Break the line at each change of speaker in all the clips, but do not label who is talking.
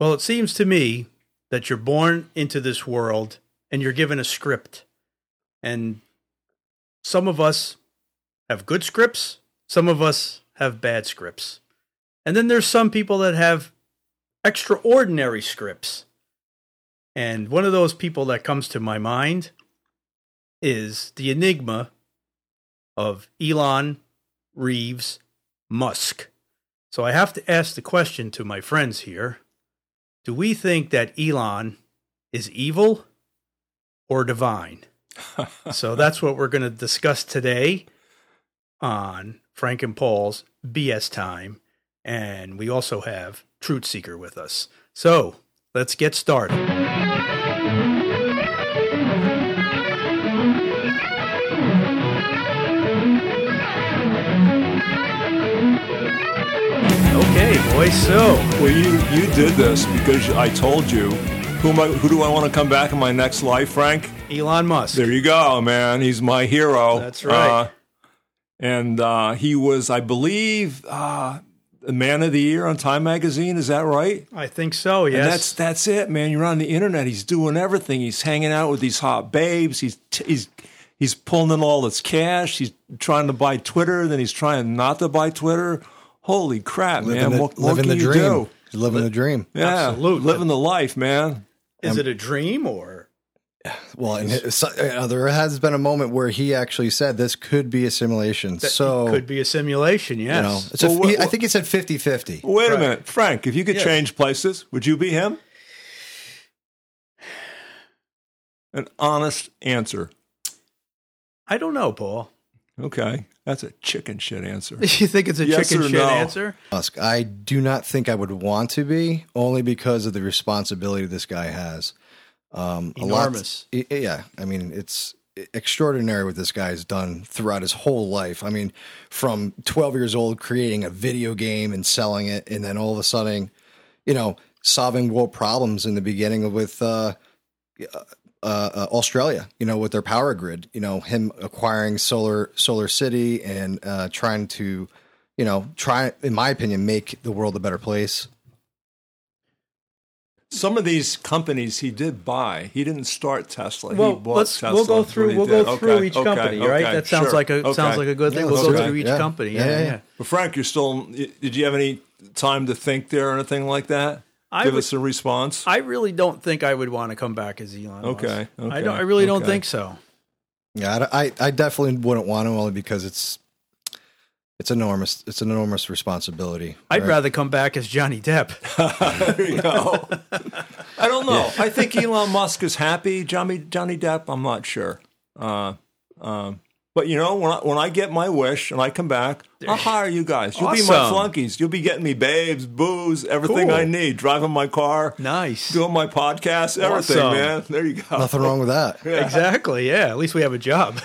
Well, it seems to me that you're born into this world and you're given a script. And some of us have good scripts, some of us have bad scripts. And then there's some people that have extraordinary scripts. And one of those people that comes to my mind is the enigma of Elon Reeves Musk. So I have to ask the question to my friends here Do we think that Elon is evil or divine? so that's what we're going to discuss today on Frank and Paul's BS Time. And we also have Truth Seeker with us. So let's get started. Okay, boys. So
Well, you, you did this because I told you. Who, am I, who do I want to come back in my next life, Frank?
Elon Musk.
There you go, man. He's my hero.
That's right.
Uh, and uh, he was, I believe, uh, the man of the year on Time Magazine. Is that right?
I think so. Yes.
And that's that's it, man. You're on the internet. He's doing everything. He's hanging out with these hot babes. He's he's he's pulling in all his cash. He's trying to buy Twitter. Then he's trying not to buy Twitter. Holy crap,
Living
man!
the,
what what
living
can
the
you
dream.
do?
He's living the dream.
Yeah,
Absolutely.
living the life, man.
Is it a dream or
Well, and it- so- uh, there has been a moment where he actually said this could be a simulation.
that
so
it could be a simulation?
you
Yes.
know, it's a-
Well, what-
he- I
what-
think he said 50-50.
Wait
Right.
a minute, Frank. If you could
Yes.
change places, would you be him? An honest answer.
I don't know, Paul.
Okay, that's a chicken shit answer.
You think it's a
Yes
chicken
or
shit
no?
answer?
Musk. I do not think I would want to be only because of the responsibility this guy has. Um,
Enormous.
A lot, y- yeah, I mean it's extraordinary what this guy's done throughout his whole life. I mean, from 12 years old, creating a video game and selling it, and then all of a sudden, you know, solving world problems in the beginning with. Uh, uh, uh, Australia, you know, with their power grid, you know, him acquiring solar Solar City and uh, trying to, you know, try in my opinion, make the world a better place.
Some of these companies he did buy. He didn't start Tesla.
Well,
he bought
let's
Tesla.
we'll go
That's what
through
he
we'll
did.
go through
Okay,
each
okay,
company, right?
okay,
That sounds
sure,
like a
okay.
sounds like a good
Yeah,
thing.
that's
we'll go
right.
through e- each
Yeah.
company. Yeah,
Yeah,
yeah.
yeah, yeah.
But Frank, you're still. Did you have any time to think there or anything like that?
I
Give
would-
us a response.
I really don't think I would want to come back as Elon. Musk.
Okay,
I
okay,
don't. I really don't
okay.
think so.
Yeah, I, I, I definitely wouldn't want to only because it's it's enormous. It's an enormous responsibility.
I'd
right?
rather come back as Johnny Depp.
there you go. I don't know. I think Elon Musk is happy. Johnny Johnny Depp, I'm not sure. Uh, um, but you know, when I, when I get my wish and I come back, I'll hire you guys. You'll be my
Awesome.
flunkies. You'll be getting me babes, booze, everything
Cool.
I need. Driving my car,
Nice.
doing my podcast, everything,
Awesome.
man. There you go.
nothing wrong with that.
Exactly. Yeah. At least we have a job.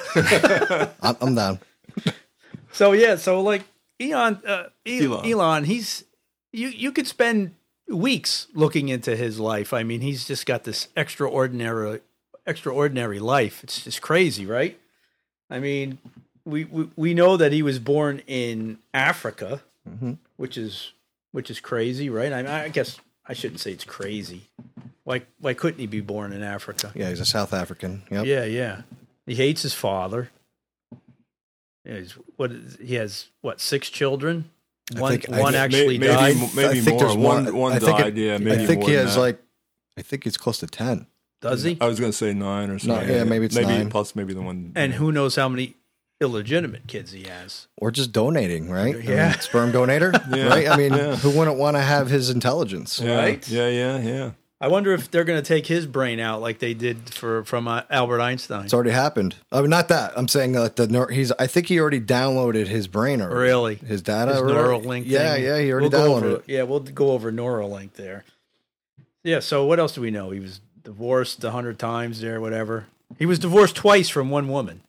I'm, I'm down.
So yeah, so like Elon, uh, E- Elon,
Elon.
he's you you could spend weeks looking into his life. I mean, he's just got this extraordinary extraordinary life. It's just crazy, right? I mean, we we, we know that he was born in Africa, which is which is crazy, right? I, mean, I guess I shouldn't say it's crazy. Why why couldn't he be born in Africa?
Yeah, he's a South African. Yep.
Yeah, yeah. He hates his father. Yeah, He's, what is- he has what six children?
I
One
think- I
one
think-
actually
Maybe-
died.
maybe- more. One- one
I think it-
died, yeah,
I
maybe
think
more
he
than
has
that.
like, I think he's close to ten.
Does he?
I was going to say nine or something.
yeah, maybe it's nine.
plus maybe the one.
And who knows how many illegitimate kids he has?
or just donating, right? I mean,
Yeah.
sperm donator,
Yeah.
right? I mean,
Yeah.
who wouldn't want to have his intelligence?
yeah,
right?
Yeah, yeah, yeah.
I wonder if they're going to take his brain out like they did for from uh, Albert Einstein.
It's already happened. I mean, not that. I'm saying that the neur- he's. I think he already downloaded his brain or
Really?
his data,
His
or
Neuralink.
Yeah,
thing.
yeah, he
We'll
already
go over-
downloaded it.
Yeah, we'll go over Neuralink there. Yeah. So what else do we know? He was divorced a hundred times there, whatever. He was divorced twice from one woman.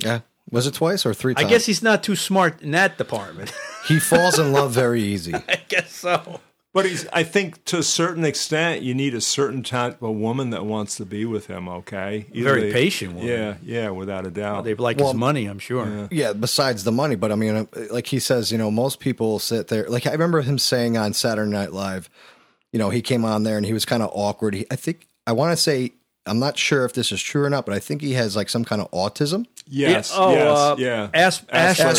Yeah, was it twice or three
I
times?
guess he's not too smart in that department.
he falls in love very easy.
I guess so.
But he's, I think to a certain extent, you need a certain type of woman that wants to be with him, okay?
Very patient woman.
Yeah, yeah, without a doubt.
They Oh, like his money, I'm sure.
Yeah, besides the money, but I mean, like he says, you know, most people sit there. Like I remember him saying on Saturday Night Live, you know, he came on there and he was kind of awkward. He, I think I want to say I'm not sure if this is true or not, but I think he has like some kind of autism.
Yes.
Yeah, oh,
yes.
uh,
yeah.
As- Ash- Asperger's.
Asperger's.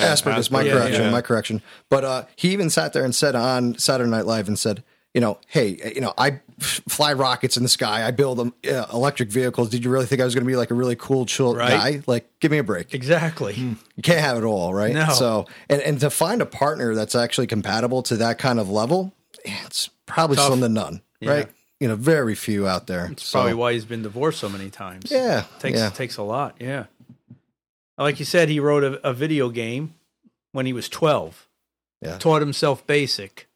Yeah,
Asperger's, my
Asperger's,
correction,
yeah.
my correction. But uh, he even sat there and said on Saturday Night Live and said, you know, hey, you know, I fly rockets in the sky. I build um, uh, electric vehicles. Did you really think I was going to be like a really cool, chill
Right.
guy? Like, give me a break.
Exactly.
You can't have it all, right?
No.
So, and, and to find a partner that's actually compatible to that kind of level, it's probably slim to none, right? You know, very few out there.
It's
So-
probably why he's been divorced so many times.
Yeah,
takes
yeah.
takes a lot. Yeah, like you said, he wrote a, a video game when he was twelve.
Yeah.
taught himself basic.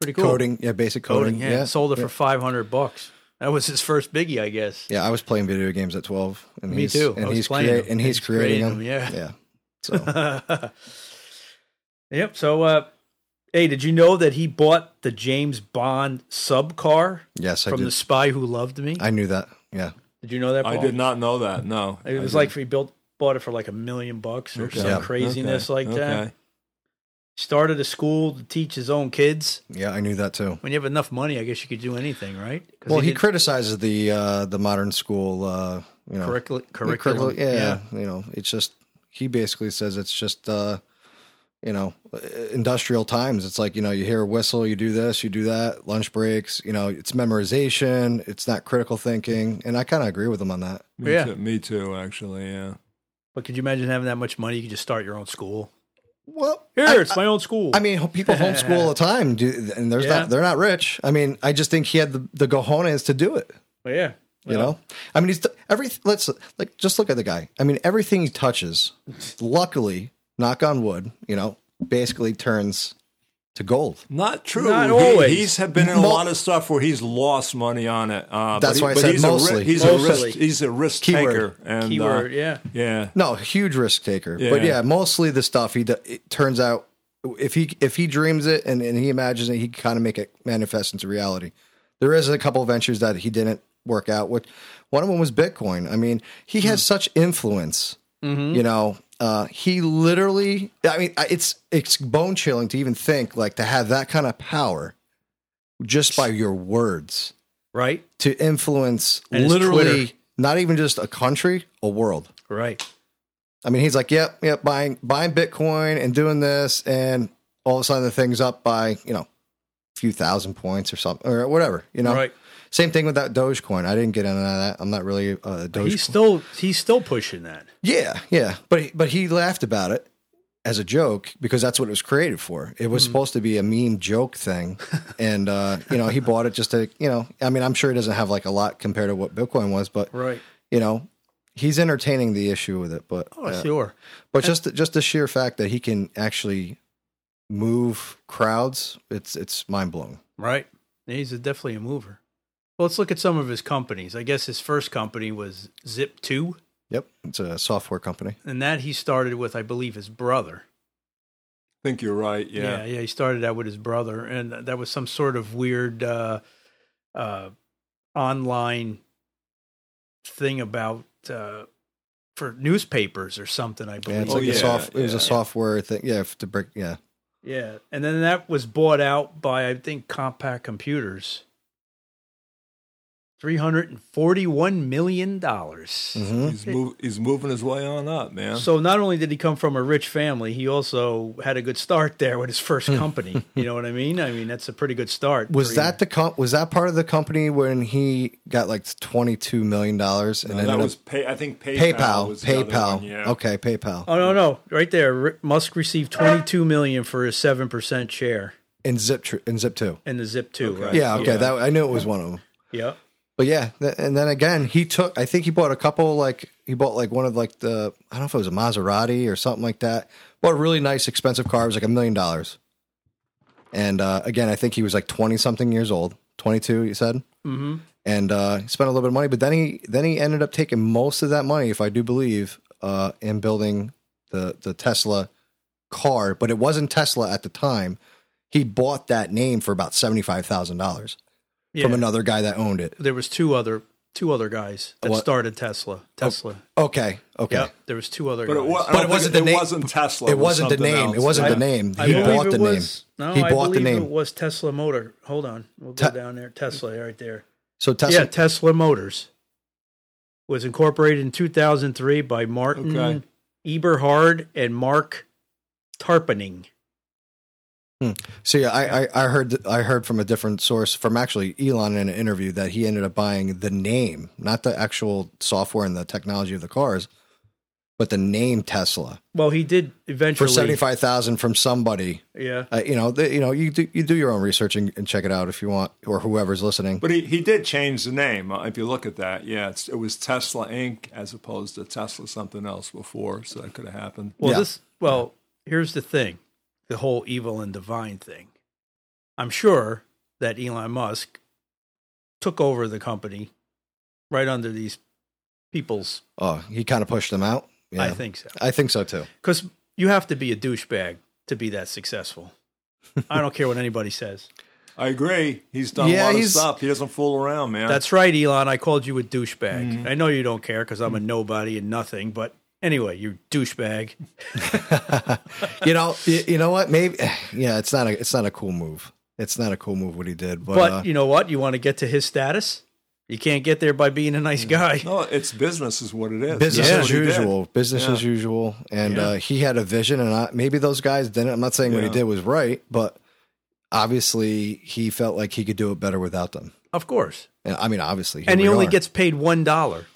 Pretty cool.
coding, yeah, basic coding,
yeah.
yeah.
Sold it for five hundred bucks. That was his first biggie, I guess.
Yeah, I was playing video games at twelve. And
Me
he's,
too.
And
I was
he's
playing
crea-
them.
and he's,
He's
creating,
creating
them.
them,
yeah. So
yep. So, uh, hey, did you know that he bought the James Bond sub car
yes, I
from
did.
the Spy Who Loved Me?
I knew that. Yeah,
did you know that?
I
Paul?
did not know that. No.
It was
I
like he built bought it for like a million bucks or
didn't.
some
Yeah.
craziness
Okay.
like that.
Okay.
started a school to teach his own kids.
yeah, I knew that too.
When you have enough money, I guess you could do anything, right? 'Cause
Well, he,
did
criticizes the uh, the modern school, uh, you know,
curricul-
the
curriculum.
curricul- Yeah, you know, it's just he basically says it's just uh, you know uh, industrial times. It's like you know you hear a whistle, you do this, you do that, lunch breaks. You know, it's memorization, it's not critical thinking, and I kind of agree with him on that.
Me
Yeah.
Too, me too, actually. Yeah.
But could you imagine having that much money? You could just start your own school.
Well,
Here,
I-
it's my own school.
I mean, people homeschool all the time, do, and there's
Yeah.
not they're not rich. I mean, I just think he had the, the gojones to do it.
But Oh, yeah,
You know, I mean, he's t- every let's like just look at the guy. I mean, everything he touches, luckily, knock on wood, you know, basically turns to gold.
Not true.
Not
He-
always.
he's have been in a
Mo-
lot of stuff where he's lost money on it. Uh,
That's
but
why I
but
said
he's a ri-
mostly.
he's a
Mostly.
risk. He's a risk
Keyword.
taker. And, uh,
keyword. yeah,
yeah.
No, huge risk taker. But
Yeah.
yeah, mostly the stuff he do, it turns out if he if he dreams it and, and he imagines it, he can kind of make it manifest into reality. There is a couple of ventures that he didn't work out. What one of them was Bitcoin. I mean, he has
Hmm.
such influence.
Mm-hmm.
You know, uh, he literally. I mean, I- it's it's bone chilling to even think like to have that kind of power just by your words
right,
to influence
And his
literally
Twitter.
not even just a country, a world.
right.
I mean, he's like, yep, yep, buying buying Bitcoin and doing this, and all of a sudden the thing's up by you know a few thousand points or something or whatever. You know,
Right.
Same thing with that Dogecoin. I didn't get into that. I'm not really uh, Dogecoin.
He's still he's still pushing that.
yeah, yeah, but he, but he laughed about it as a joke because that's what it was created for. It was
Hmm.
supposed to be a meme joke thing, and uh, you know he bought it just to you know. I mean, I'm sure he doesn't have like a lot compared to what Bitcoin was, but
Right.
you know. He's entertaining the issue with it, but
Oh,
uh,
sure.
but just just the sheer fact that he can actually move crowds, it's it's mind blowing.
Right. He's a, definitely a mover. Well, let's look at some of his companies. I guess his first company was Zip Two,
Yep, it's a software company.
and that he started with, I believe, his brother.
I think you're right. Yeah.
yeah, He started out with his brother, and that was some sort of weird uh, uh, online thing about uh, for newspapers or something. I
Yeah,
believe.
it's
Oh,
like
yeah,
a soft. It was
yeah.
a software thing. Yeah, if to break. Yeah,
Yeah, and then that was bought out by I think Compact Computers. Three hundred and forty-one million dollars.
hmm
He's, move, he's moving his way on up, man.
So not only did he come from a rich family, he also had a good start there with his first company. you know what I mean? I mean that's a pretty good start.
Hmm. was
for
that the comp? Was that part of the company when he got like twenty two million dollars and
Uh,
ended
that
up
was pay, I think PayPal.
PayPal?
was the other
PayPal.
one, yeah. Uh,
Okay, PayPal
Oh no, no, right there. R- Musk received 22 million for his seven percent share
and Zip tr- and Zip two.
in the Zip Two. Right?
Yeah, okay,
Yeah.
that I knew it was one of them.
Yep.
But yeah, th- and then again, he took. I think he bought a couple. Like he bought like one of like the I don't know if it was a Maserati or something like that. Bought a really nice, expensive car. It was like a million dollars. And uh, again, I think he was like twenty something years old, twenty two. You said, mm-hmm. and uh, he spent a little bit of money. But then he then he ended up taking most of that money, if I do believe, uh, in building the the Tesla car. But it wasn't Tesla at the time. He bought that name for about seventy five thousand dollars
Yeah.
from another guy that owned it.
there was two other two other guys that
What?
started Tesla. Tesla.
Okay. Okay.
Yep. There was two other
But it,
guys.
was,
But it wasn't the name.
It wasn't Tesla.
It wasn't the
something
name.
else.
It wasn't the
Yeah.
name.
I
He
believe
bought
it
the name.
was, No,
he
I
bought the
believe
name.
it was Tesla Motor. Hold on, we'll go down there. Tesla, right there.
So Tesla.
Yeah, Tesla Motors was incorporated in 2003 by Martin
Okay.
Eberhard and Mark Tarpening.
So yeah, I, I, I heard I heard from a different source from actually Elon in an interview that he ended up buying the name, not the actual software and the technology of the cars, but the name Tesla
Well, he did
for
eventually.
seventy five thousand from somebody.
Yeah,
Uh, you know, the, you know, you do you do your own research and, and check it out if you want, or whoever's listening.
But he, he did change the name. uh, If you look at that, yeah, it's, it was Tesla Inc. as opposed to Tesla something else before. So that could have happened.
Well,
Yeah.
this well, here's the thing, the whole evil and divine thing. I'm sure that Elon Musk took over the company right under these people's.
Oh, he kind of pushed them out. Yeah,
I think so,
I think so too.
because you have to be a douchebag to be that successful. I don't care what anybody says.
I agree. He's done a
Yeah,
lot of
he's-
stuff. He doesn't fool around, man.
That's right, Elon. I called you a douchebag.
Mm-hmm.
I know you don't care because I'm a nobody and nothing. But anyway, you douchebag.
you know, you, you know what? Maybe yeah, it's not a it's not a cool move. It's not a cool move what he did, but,
But
uh,
you know what? You want to get to his status. You can't get there by being a
Mm.
nice guy.
no, it's business is what it is.
business
That's
as
what he did.
usual business
Yeah.
as usual and uh, he had a vision and I, maybe those guys didn't i'm not saying what he
Yeah.
did was right but obviously he felt like he could do it better without them
Of course.
and i mean obviously here
and he
we
only
are.
gets paid one dollar.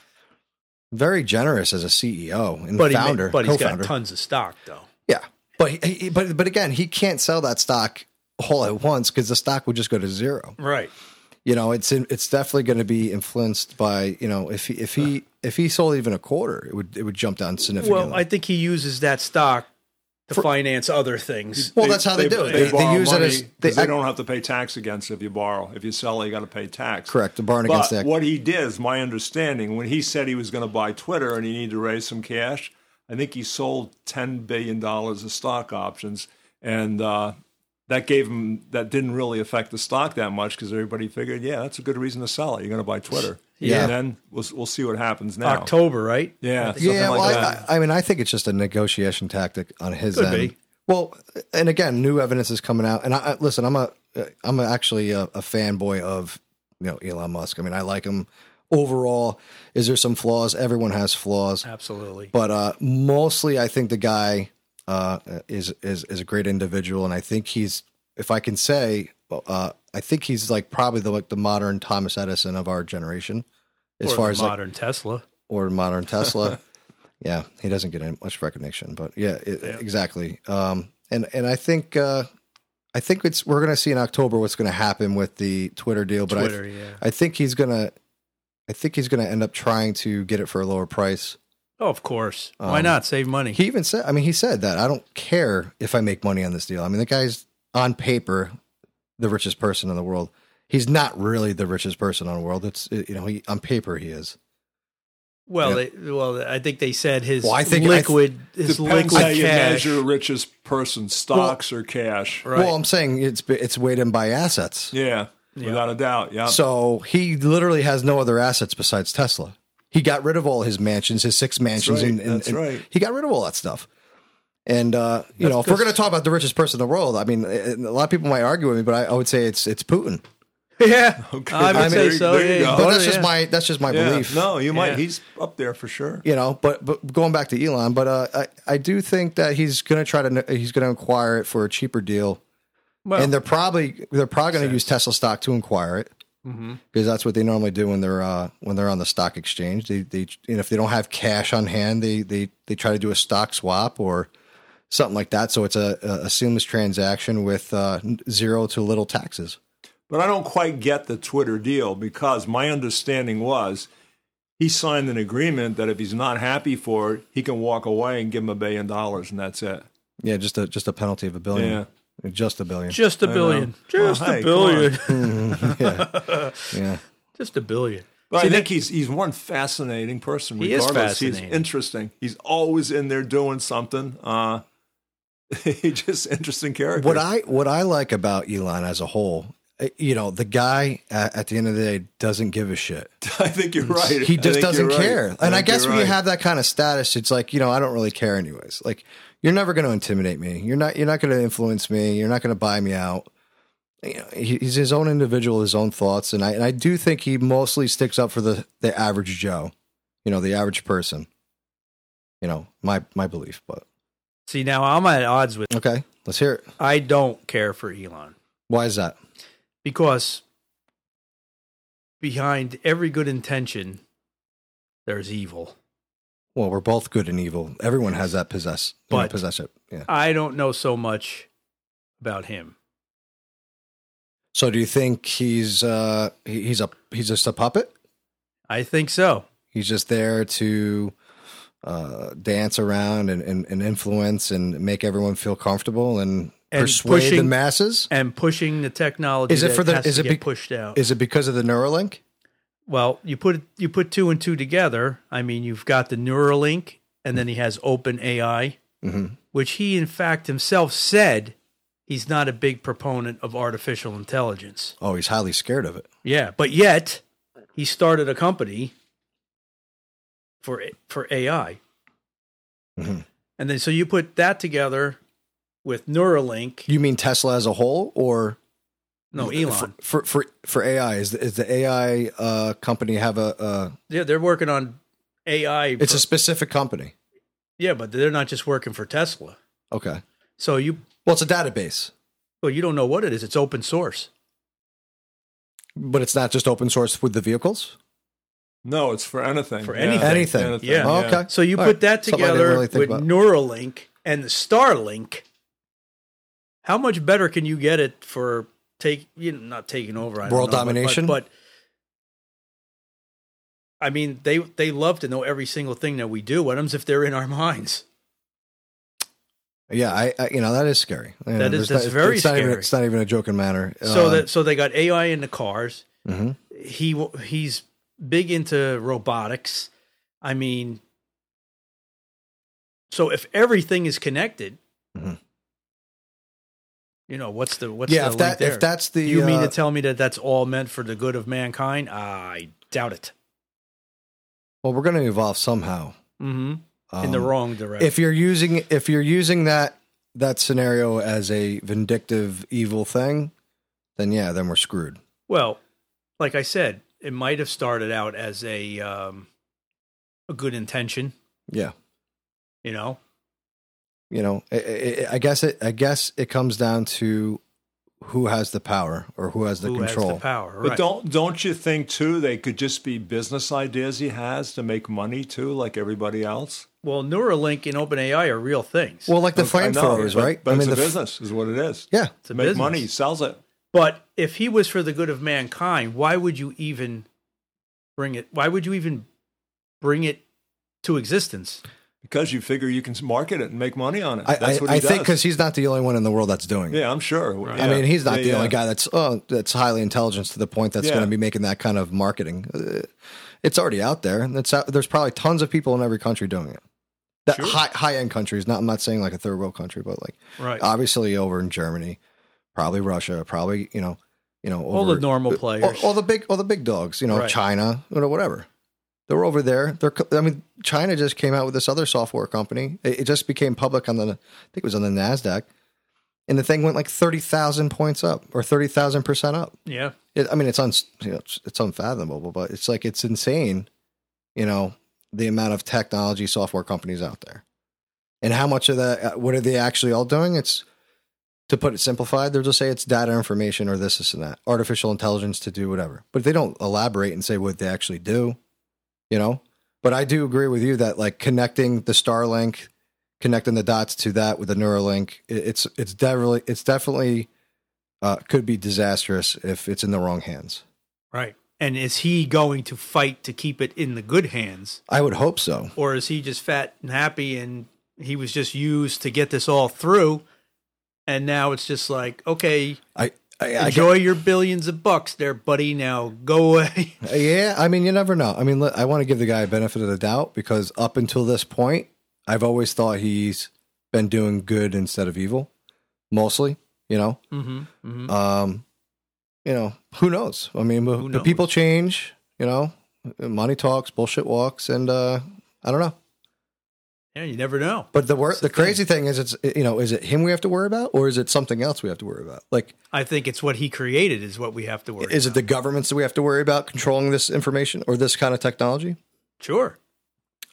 very generous as a ceo and
But he,
founder
ma- but he's got
co-founder
tons of stock though.
yeah but he, he, but but again he can't sell that stock all at once because the stock would just go to zero
Right.
you know it's in, it's definitely going to be influenced by you know if he if
Uh-huh.
he if he sold even a quarter it would it would jump down significantly
Well, I think he uses that stock to finance other things.
Well, that's how they, do it. They, they
borrow
use it
money
as
'cause
they,
they, don't have to pay tax against it if you borrow. If you sell, you got to pay tax.
Correct, the borrowing
but
against that.
What he did is my understanding. When he said he was going to buy Twitter and he needed to raise some cash, I think he sold ten billion dollars of stock options, and uh, that gave him that didn't really affect the stock that much because everybody figured, yeah, that's a good reason to sell it. You're going to buy Twitter,
Yeah.
And then we'll we'll see what happens now.
October, right?
Yeah, something
yeah,
like
well,
that.
I, I I mean, I think it's just a negotiation tactic on his
Could
end.
be.
Well, and again, new evidence is coming out, and I, I listen. I'm a I'm actually a, a fanboy of you know Elon Musk. I mean, I like him overall. Is there some flaws? Everyone has flaws,
Absolutely.
but uh, mostly, I think the guy uh, is is is a great individual, and I think he's, if I can say, uh, I think he's like probably the like the modern Thomas Edison of our generation, as
Or
far
the
as like,
modern Tesla.
or modern Tesla. yeah, he doesn't get any much recognition, but yeah, it, exactly. Um, and and I think uh, I think it's we're going to see in October what's going to happen with the Twitter deal. But
Twitter,
I,
yeah.
I think he's gonna I think he's going to end up trying to get it for a lower price.
Oh, of course. Why not save money?
He even said, I mean, he said that I don't care if I make money on this deal. I mean, the guy's on paper the richest person in the world. He's not really the richest person in the world. It's you know, he on paper he is.
well, they, well, I think they said his
Well, I think- I th-
liquid, his
Depends
liquid
how you
cash.
measure richest person stocks or cash.
Right.
Well, I'm saying it's it's weighed in by assets.
Yeah, without a doubt. Yeah.
So he literally has no other assets besides Tesla. He got rid of all his mansions, his six mansions,
right,
and, and-
that's
and
right.
he got rid of all that stuff. And uh, you know, if we're going to talk about the richest person in the world, I mean, a a lot of people might argue with me, but I, I would say it's it's Putin.
yeah, I would
I mean,
say
there-
so.
there you
yeah,
go.
But
Oh,
that's just
yeah.
my that's just my
Yeah.
belief.
No, you might.
Yeah.
He's up there for sure.
you know, but but going back to Elon, but uh, I I do think that he's going to try to he's going to inquire it for a cheaper deal,
Well,
and they're probably they're probably going to use Tesla stock to inquire it. because that's what they normally do when they're uh, when they're on the stock exchange. They they and if they don't have cash on hand, they they they try to do a stock swap or something like that. So it's a, a, a seamless transaction with uh, zero to little taxes.
But I don't quite get the Twitter deal because my understanding was he signed an agreement that if he's not happy for it, he can walk away and give him a billion dollars and that's it.
Yeah, just a just a penalty of a billion. Just a billion.
just a billion, just
Well,
a
hey, come
billion,
on.
yeah. yeah.
just a billion.
But I think he's he's one fascinating person.
He is
Regardless,
fascinating.
he's interesting. He's always in there doing something. Uh, he's just interesting character.
What I what I like about Elon as a whole uh, you know, the guy at, at the end of the day doesn't give a shit.
I think you're right.
He
I
just
think
doesn't
you're right.
care. And I
think
guess
you're
when you
right.
have that kind of status, it's like, you know, I don't really care anyways. Like you're never going to intimidate me. You're not you're not going to influence me. You're not going to buy me out. You know, he- he's his own individual, his own thoughts, and I and I do think he mostly sticks up for the the average Joe, you know, the average person. You know, my my belief, but
See, now I'm at odds with.
okay, let's hear it.
I don't care for Elon
Why is that?
because behind every good intention, there's evil.
Well, we're both good and evil. Everyone has that possess, you know,
But-
possess it. Yeah.
I don't know so much about him.
So, do you think he's uh he- he's a he's just a puppet?
I think so.
He's just there to uh, dance around and, and, and influence and make everyone feel comfortable and,
And
persuade the
pushing-
masses.
And pushing the technology
Is it
that
for the-
has
is
to
it
get
be-
pushed out.
Is it because of the Neuralink?
Well, you put you put two and two together. I mean, you've got the Neuralink, and then he has Open AI,
Mhm.
which he in fact himself said he's not a big proponent of artificial intelligence.
Oh, he's highly scared of it.
Yeah, but yet he started a company for for AI,
Mhm.
and then so you put that together with Neuralink.
You mean Tesla as a whole, or
No, Elon.
for for for AI? Is the, is the AI uh, company have a? Uh,
yeah, they're working on AI.
it's
for-
a specific company.
yeah, but they're not just working for Tesla.
Okay.
So you
Well, it's a database,
Well, you don't know what it is. It's open source.
but it's not just open source with the vehicles.
No, it's for anything.
For
Yeah.
anything.
Anything.
Yeah.
Oh, okay.
So you
All
put
right.
that
Something I didn't
together
really
with
think about.
Neuralink and the Starlink. How much better can you get it for take you know, not taking over I don't
World
know, but- but-
domination?
But, I mean, they they love to know every single thing that we do. What happens if they're in our minds?
Yeah, I, I you know that is scary. You know,
That is-
there's
that's
not-
very
it's not even-
scary.
it's not even a joking matter. Uh,
so that so they got AI in the cars.
hmm
he w- he's big into robotics. I mean, so if everything is connected,
Mhm.
you know what's the what's
yeah,
the
if
link
that
there?
if that's the
you mean
uh,
to tell me that that's all meant for the good of mankind? I doubt it.
Well, we're going to evolve somehow.
hmm
Um,
In the wrong direction.
If you're using if you're using that that scenario as a vindictive evil thing, then yeah, then we're screwed.
well, like I said, it might have started out as a um, a good intention.
Yeah,
You know,
you know, i i I guess it. I guess it comes down to who has the power or who has the
who
control.
has the power?
But
right.
don't don't you think too they could just be business ideas he has to make money too, like everybody else?
well, Neuralink and OpenAI are real things.
Well, like the
I know,
flamethrowers,
but-
right?
But it's
the
a
f-
business, is what it is.
Yeah,
It's a
make
business.
money, he sells it.
But if he was for the good of mankind, why would you even bring it? Why would you even bring it to existence?
Because you figure you can market it and make money on it.
I
That's
I,
what he
I
does.
think because he's not the only one in the world that's doing. it.
yeah, I'm sure. uh,
Right.
Yeah.
I mean, he's not
Yeah,
the only
yeah.
guy that's oh, that's highly intelligent to the point that's
Yeah.
going to be making that kind of marketing. Uh, It's already out there. It's out, there's probably tons of people in every country doing it. That
Sure.
high high end countries. Not I'm not saying like a third world country, but like
Right.
obviously over in Germany, probably Russia, probably you know you know
All
over- uh,
the normal
all-
players.
all, the big all the big dogs. You know
Right.
China, you know whatever. They're over there. They're co- I mean China just came out with this other software company. It, it just became public on the I think it was on the Nasdaq, and the thing went like thirty thousand points up or thirty thousand percent up.
yeah.
It, I mean it's un, you know, it's, it's unfathomable, but it's like it's insane. You know the amount of technology software companies out there, and how much of that? uh, What are they actually all doing? It's to put it simplified, they'll just say it's data information or this, this, and that, artificial intelligence to do whatever. But they don't elaborate and say what they actually do, you know? But I do agree with you that like connecting the Starlink, connecting the dots to that with the Neuralink, it- it's it's definitely it's definitely uh, could be disastrous if it's in the wrong hands.
Right. And is he going to fight to keep it in the good hands,
I would hope so.
or is he just fat and happy and he was just used to get this all through? And now it's just like, okay,
I, I, I
enjoy your billions of bucks there, buddy. Now go away.
Yeah, I mean, you never know. I mean, li- I want to give the guy a benefit of the doubt because up until this point, I've always thought he's been doing good instead of evil, mostly. You know,
mm-hmm, mm-hmm.
um, you know, who knows? I mean, but,
Who
but people
knows?
change, you know, money talks, bullshit walks, and uh, I don't know.
Yeah, you never know.
But the wor-
That's
the,
the
crazy thing is, it's you know, is it him we have to worry about, or is it something else we have to worry about? Like,
I think it's what he created is what we have to worry.
is it the governments that we have to worry about controlling this information or this kind of technology?
sure?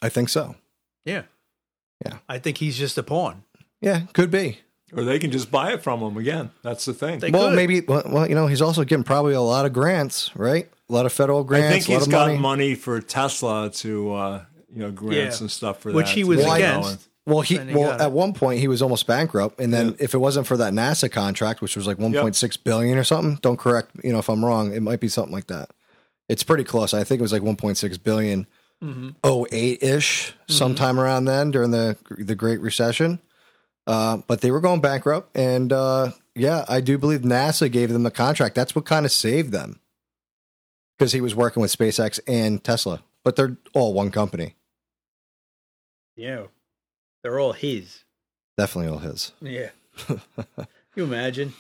I think so.
Yeah,
Yeah.
I think he's just a pawn.
Yeah, could be.
Or they can just buy it from them again. That's the thing.
They
well,
could.
maybe. Well, well, you know, he's also getting probably a lot of grants, right? A lot of federal
I
grants.
think he's
a lot
got
of
money. for Tesla to uh, you know grants
Yeah.
and stuff for
Which
that.
he was
too, you know,
against.
and-
Well, he
Then he
well
got
at
it.
one point he was almost bankrupt, and then
Yeah.
if it wasn't for that NASA contract, which was like one point six billion or something, don't correct you know if I'm wrong, it might be something like that. It's pretty close. I think it was like one point six billion,
Mm-hmm.
oh eight ish, sometime around then during the the Great Recession. Uh, but they were going bankrupt, and uh, yeah, I do believe NASA gave them the contract. That's what kind of saved them because he was working with SpaceX and Tesla, but they're all one company,
Yeah, they're all his.
definitely all his.
Yeah, you imagine.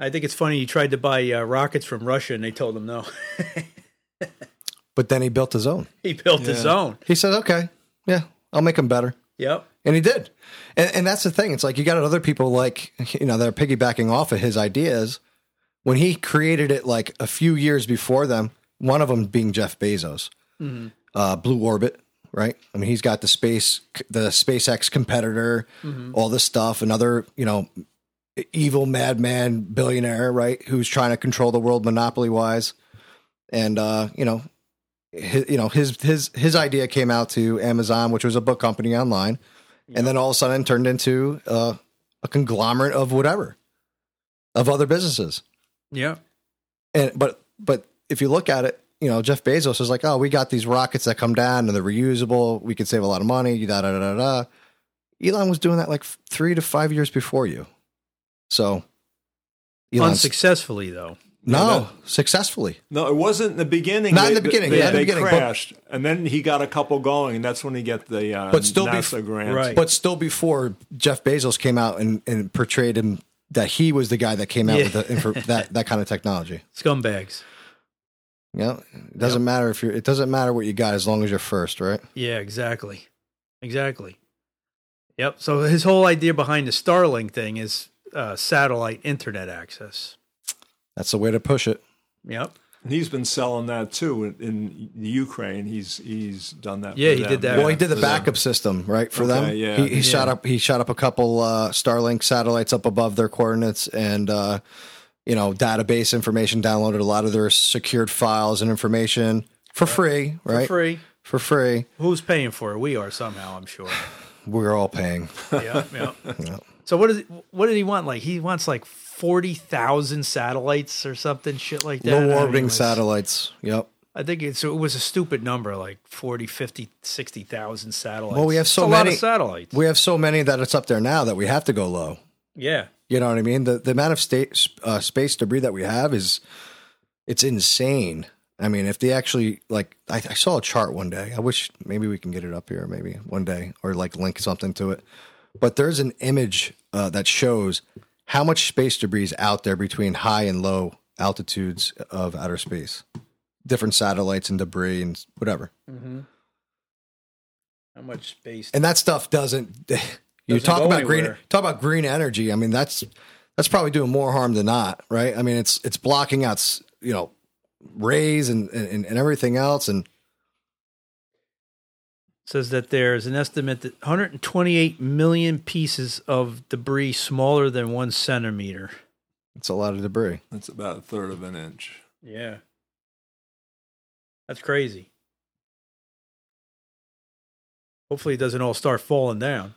I think it's funny. He tried to buy uh, rockets from Russia, and they told him no.
But then he built his own.
he built his
Yeah.
own.
He said, "Okay, yeah, I'll make them better,"
Yep.
and he did. And, and that's the thing; it's like you got other people like you know that are piggybacking off of his ideas. When he created it, like a few years before them, one of them being Jeff Bezos,
Mm-hmm.
uh, Blue Orbit, right? I mean, he's got the space, the SpaceX competitor,
Mm-hmm.
all this stuff. Another, you know, evil madman billionaire, right? Who's trying to control the world monopoly wise, and uh, you know, his, you know his his his idea came out to Amazon, which was a book company online, and then all of a sudden turned into uh, a conglomerate of whatever of other businesses.
Yeah.
And but but if you look at it, you know Jeff Bezos is like, oh, we got these rockets that come down and they're reusable. We can save a lot of money. Da da da da. da. Elon was doing that like f- three to five years before you, so Elon's
Unsuccessfully though.
no successfully.
No, it wasn't in the beginning.
Not in the beginning,
They,
not in the
they
beginning, but-
crashed, and then he got a couple going, and that's when he got the uh,
But still be-
NASA grant.
Right.
But still, before Jeff Bezos came out and, and portrayed him that he was the guy that came out
Yeah.
with the, info, that that kind of technology.
Scumbags.
Yeah, it doesn't matter if you're. It doesn't matter what you got as long as you're first, right?
Yeah, exactly. Exactly. Yep. So his whole idea behind the Starlink thing is uh, satellite internet access.
That's the way to push it.
Yep.
And he's been selling that too in, in the Ukraine. He's he's done that.
Yeah,
for
he
them.
did that.
Well, he did the
for them.
backup system, right, for
Okay,
them.
yeah.
he, he shot up. He shot up a couple uh, Starlink satellites up above their coordinates, and uh, you know, database information. Downloaded a lot of their secured files and information for free, right?
Free.
For free.
Who's paying for it? We are somehow, I'm sure.
We're all paying.
yeah, yeah. So what is what did he want? Like he wants like forty thousand satellites or something, shit like that. I
Low
mean,
orbiting
it's-
satellites. Yep.
I think it's, it was a stupid number, like 40, 50, 60,000 satellites.
Well, we have
It's
so
a lot
many-
of satellites.
We have so many that it's up there now that we have to go low.
yeah,
You know what I mean? The the amount of state uh, space debris that we have is it's insane. I mean, if they actually like, I, I saw a chart one day. I wish maybe we can get it up here, maybe one day, or like link something to it. But there's an image uh, that shows how much space debris is out there between high and low altitudes of outer space, different satellites and debris and whatever.
Mm-hmm. how much space?
and that stuff doesn't. You
Doesn't
talk
go
about green,
anywhere.
talk about green energy. I mean, that's that's probably doing more harm than not, right? I mean, it's it's blocking out, s- you know, rays and and, and everything else, and
says that there's an estimate that 128 million pieces of debris smaller than one centimeter.
it's a lot of debris.
That's about a third of an inch.
Yeah, that's crazy. Hopefully, it doesn't all start falling down.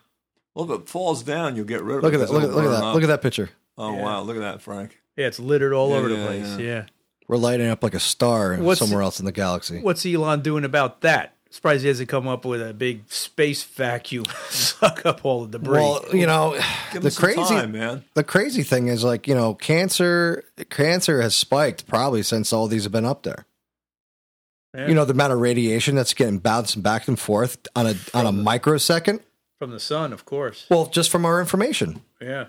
Well, if it falls down, you'll get rid of
Look
it.
at that!
'cause
Look at
it'll
look at
burn
that!
up.
Look at that picture.
Oh
Yeah.
wow! Look at that, Frank.
Yeah, it's littered all
Yeah,
over the
yeah,
place.
yeah.
Yeah.
We're lighting up like a star
What's-
somewhere else in the galaxy.
What's Elon doing about that? Surprised he hasn't come up with a big space vacuum suck up all the debris.
Well, you know,
Give
the
him some
crazy
time, man.
the crazy thing is like you know, cancer cancer has spiked probably since all these have been up there.
Yeah.
You know, the amount of radiation that's getting bounced back and forth on a on a microsecond.
from the sun, of course.
Well, just from our information.
Yeah.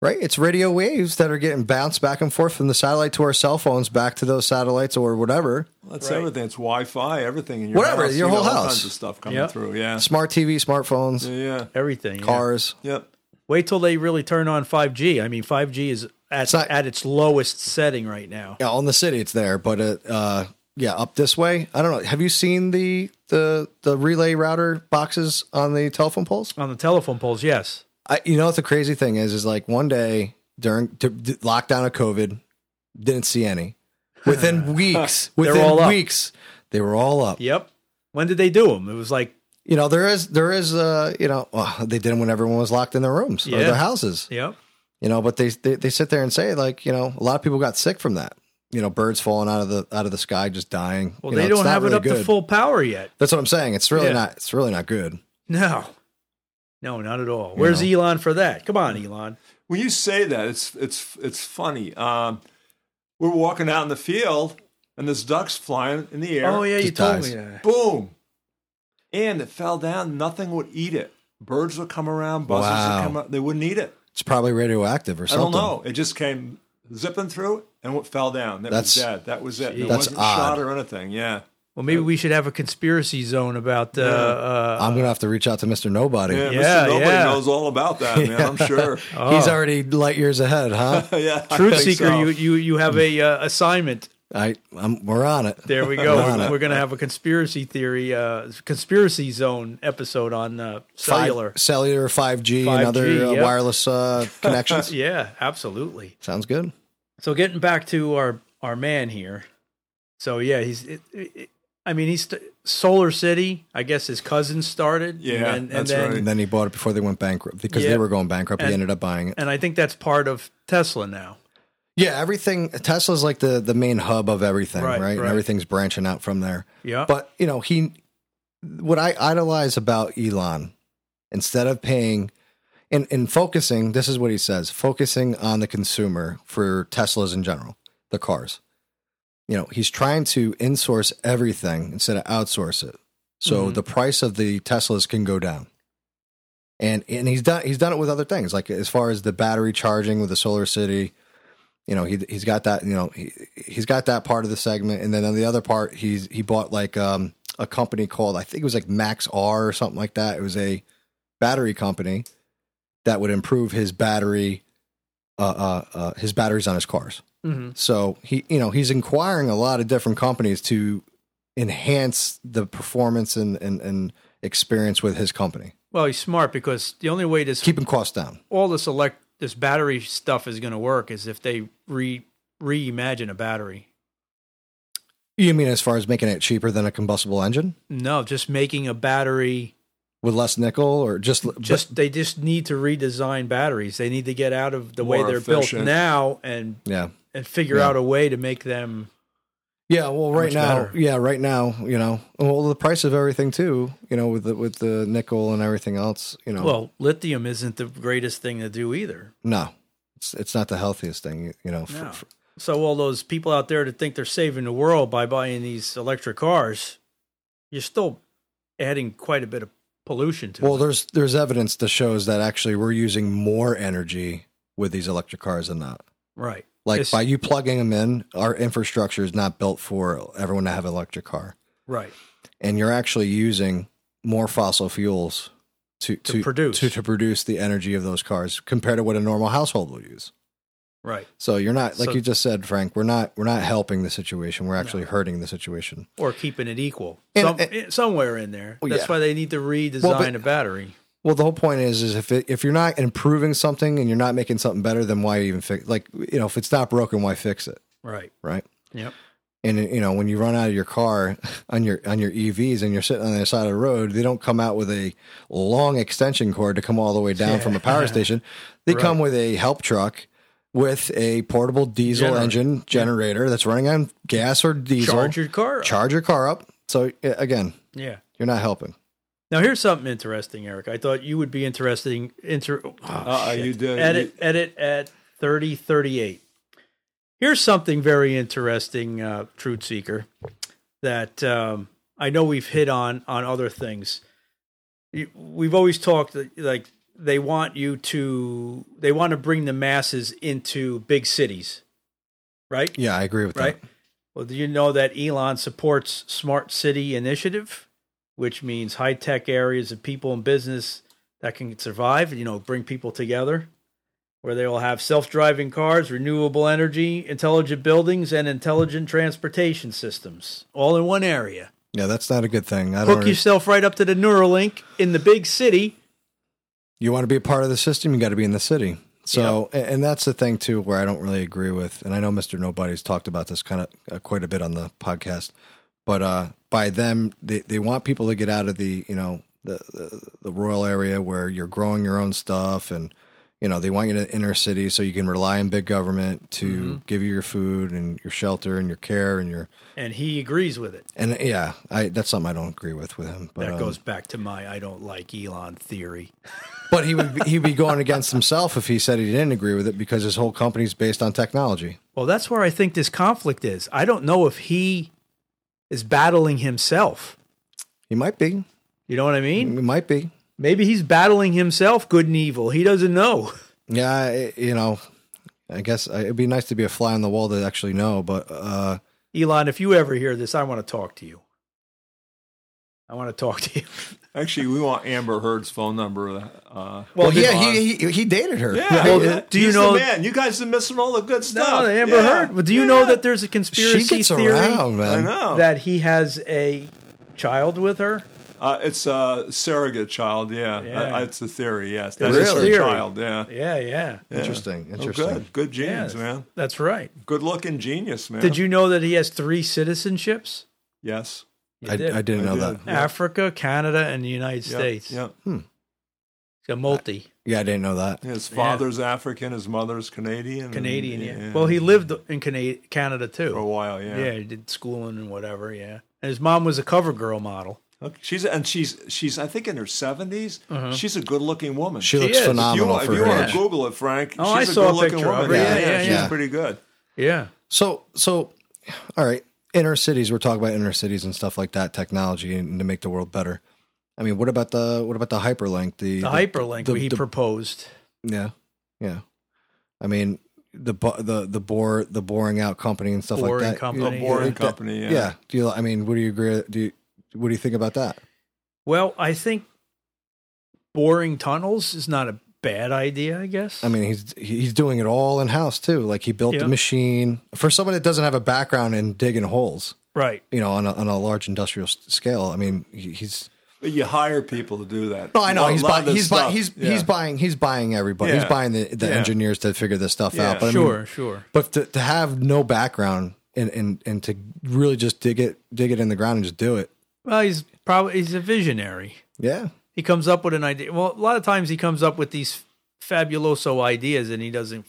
Right? It's radio waves that are getting bounced back and forth from the satellite to our cell phones, back to those satellites or whatever.
That's everything. It's Wi-Fi. Everything in your
Whatever,
house,
your
you know,
whole
all
house.
kinds of stuff coming
Yeah.
through. Yeah.
Smart TV, smartphones,
Yeah.
Everything. yeah.
cars.
Yep.
Wait till they really turn on 5G. I mean, 5G is at,
not-
at its lowest setting right now.
Yeah, on the city it's there, but uh, uh, yeah, up this way. I don't know. Have you seen the the the relay router boxes on the telephone poles?
On the telephone poles, yes.
I, you know what the crazy thing is is like one day during d- d- lockdown of COVID, didn't see any. Within weeks, within
all up.
weeks, they were all up.
Yep. When did they do them? It was like,
You know, there is there is uh, you know, well, they did them when everyone was locked in their rooms or
Yeah.
their houses.
yep.
You know, but they, they they sit there and say like, you know, a lot of people got sick from that. You know, birds falling out of the out of the sky, just dying.
Well,
You know,
they
it's
don't
not
have
really
it up to
good.
full power yet.
That's what I'm saying. It's really
Yeah.
not. It's really not good.
No. No, not at all. Where's Elon for that? Come on, Elon.
When you say that, it's it's it's funny. Um, we're walking out in the field, and there's ducks flying in the air.
Oh, yeah, you
Just
told
dies.
me that.
Boom. And it fell down. Nothing would eat it. Birds would come around. Buses
Wow.
would come. Around. They wouldn't eat it.
It's probably radioactive or
I don't
something.
know. It just came zipping through and it fell down. That
That's-
was dead. That was it. It
Jeez.
That's
wasn't
odd.
shot or anything. Yeah.
Well, maybe we should have a conspiracy zone about. Uh,
Yeah.
uh,
I'm gonna have to reach out to Mr. Nobody.
Yeah,
Yeah.
Oh.
Mr. Nobody
yeah.
knows all about that, man. I'm sure.
He's already light years ahead, huh?
yeah. I
Truth
think
Seeker,
so.
you, you, you have a uh, assignment.
I, I'm, we're on it.
There we go.
on
We're,
it.
going to have a conspiracy theory, uh, conspiracy zone episode on uh,
Five-
cellular.
cellular, 5G,
5G,
and other uh,
yep.
wireless uh, connections.
Yeah, absolutely.
Sounds good.
So getting back to our our man here. So yeah, he's. It, it, I mean, he's st- Solar City. I guess his cousin started.
Yeah,
and, then- and
that's
then,
And then he bought it before they went bankrupt because
Yeah.
they were going bankrupt.
And-
he ended up buying it.
And I think that's part of Tesla now.
Yeah, everything. Tesla's like the the main hub of everything,
Right,
right? And
right. Uh-huh.
everything's branching out from there.
Yeah,
But you know, he what I idolize about Elon, instead of paying and, and focusing, this is what he says, focusing on the consumer for Teslas in general, the cars. You know, he's trying to insource everything instead of outsource it. So
Mhm.
the price of the Teslas can go down. And and he's done he's done it with other things, like as far as the battery charging with the solar city, you know, he he's got that, you know, he he's got that part of the segment, and then on the other part, he's he bought like um a company called I think it was like Max R or something like that. It was a battery company that would improve his battery, uh, uh, uh his batteries on his cars.
hmm
So he, you know, he's inquiring a lot of different companies to enhance the performance and and, and experience with his company,
Well, he's smart because the only way this
keeping costs down.
all this elect this battery stuff is going to work is if they re reimagine a battery.
You mean as far as making it cheaper than a combustible engine
No, just making a battery.
with less nickel, or just
Just they just need to redesign batteries. They need to get out of the way
More
they're built
efficient.
now and
yeah.
and figure
Yeah.
out a way to make them.
Yeah, well, right
much
now,
better?
yeah, right now, you know, well, the price of everything too, you know, with the, with the nickel and everything else, you know,
Well, lithium isn't the greatest thing to do either.
no, it's it's not the healthiest thing, you, you know. f-
No.
f-
So all those people out there that think they're saving the world by buying these electric cars, you're still adding quite a bit of pollution to.
well,
it.
there's there's evidence that shows that actually we're using more energy with these electric cars than not.
right?
Like
It's-
by you plugging them in, our infrastructure is not built for everyone to have an electric car,
right.
and you're actually using more fossil fuels to
To
to,
produce.
to, to produce the energy of those cars compared to what a normal household will use.
Right.
So you're not like
So-
you just said, Frank. We're not we're not helping the situation. We're actually hurting the situation.
Or keeping it equal.
And-
Some, eh, somewhere in there.
Well,
That's
yeah.
why they need to redesign
Well, but-
a battery.
Well, the whole point is, is if it, if you're not improving something and you're not making something better, then why even fix? Like you know, if it's not broken, why fix it?
Right.
Right.
Yep.
And you know, when you run out of your car on your on your EVs and you're sitting on the side of the road, they don't come out with a long extension cord to come all the way down from a power station. They come with a help truck with a portable diesel
Generator.
engine generator that's running on gas or diesel.
Charge your car. up.
charge your car up. So uh, again,
yeah.
you're not helping.
Now here's something interesting, Eric. I thought you would be interesting. Inter- oh,
Uh-oh,
shit.
uh-uh, you did.
Edit. Edit at thirty thirty eight. Here's something very interesting, uh, Truth Seeker, that um, I know we've hit on on other things. You- We've always talked like they want you to they want to bring the masses into big cities, right?
Yeah, I agree with
Right.
that.
Well, do you know that Elon supports Smart City Initiative, which means high tech areas of people and business that can survive, you know, bring people together, where they will have self driving cars, renewable energy, intelligent buildings, and intelligent transportation systems all in one area.
Yeah, that's not a good thing. I don't.
Hook
under-
yourself right up to the Neuralink in the big city.
you want to be a part of the system, you got to be in the city. So, a- and that's the thing too, where I don't really agree with, and I know Mr. Nobody's talked about this kind of uh, quite a bit on the podcast, but uh, by them, they, they want people to get out of the, you know, the, the, the rural area where you're growing your own stuff and, you know, they want you to inner city so you can rely on big government to
Mm-hmm.
give you your food and your shelter and your care and your,
And he agrees with it.
and yeah, I, that's something I don't agree with with him. But,
That
um,
goes back to my I don't like Elon theory.
But he would be, he'd be going against himself if he said he didn't agree with it because his whole company's based on technology.
Well, that's where I think this conflict is. I don't know if he is battling himself.
He might be.
You know what I
He
mean?
might be.
Maybe he's battling himself, good and evil. He doesn't know.
Yeah, I, you know, I guess I, it'd be nice to be a fly on the wall to actually know. But uh,
Elon, if you ever hear this, I want to talk to you. I want to talk to you.
Actually, we want Amber Heard's phone number. Uh,
Well,
Elon.
yeah,
he he dated her.
Yeah,
Well,
yeah.
do you
He's
know-
the man? You guys are missing all the good stuff.
No, Amber
yeah.
Heard. But do you
yeah.
know that there's a
she
conspiracy
gets
theory
around,
I
man.
know.
that he has a child with her?
uh, it's a surrogate child. Yeah,
Yeah.
Uh, it's a theory. Yes, that's
Really?
a
Theory.
child. Yeah.
Yeah, yeah.
Interesting,
Oh,
interesting.
good. Good genes, man.
That's right.
Good looking genius, man.
Did you know that he has three citizenships?
Yes.
You
I, I didn't
I
know
did.
that.
Africa, Canada, and the United
Yeah,
States.
Yeah.
It's a multi.
Yeah, I didn't know that.
His father's African. His mother's Canadian. and-
Canadian. Mm, Yeah. Well, he lived in Cana- Canada too.
for a while.
yeah. he did schooling and whatever. Yeah, and his mom was a cover girl model.
Okay. She's and she's she's I think in her 70s
Uh-huh.
She's a good looking woman.
She,
She
looks
is. If you
if you,
phenomenal
want- if
for
you
her
want
age.
to Google it, Frank.
Oh, I
she's
saw a
a good looking
picture of
woman.
her.
Yeah,
Yeah, yeah,
she's
yeah.
pretty good.
Yeah,
So, so, all right. Inner cities. We're talking about inner cities and stuff like that. Technology and to make the world better. I mean, what about the what about the hyperlink? The,
the hyperlink
the-
he
the-
proposed.
Yeah, yeah. I mean, the bo- the the bore the boring out company and stuff
Boring
like that.
company.
A
Yeah,
boring
that-
company.
Yeah.
Yeah.
Do you? I mean, what do you agree? Do you? What do you think about that?
Well, I think boring tunnels is not a bad idea. I guess.
I mean, he's he's doing it all in house too. Like he built
Yeah.
the machine for someone that doesn't have a background in digging holes.
right.
You know, on a, on a large industrial s- scale. I mean, he- he's
But you hire people to do that.
No, Oh, I know
A
he's
lot
buying.
of this
He's, buy,
stuff,
he's,
yeah.
he's buying. He's buying everybody. He's
Yeah.
buying the, the
Yeah.
engineers to figure this stuff
Yeah.
out. But I mean,
sure. sure.
but to, to have no background and, and and to really just dig it, dig it in the ground and just do it.
Well, he's probably he's a visionary.
Yeah,
He comes up with an idea. Well, a lot of times he comes up with these fabuloso ideas and he doesn't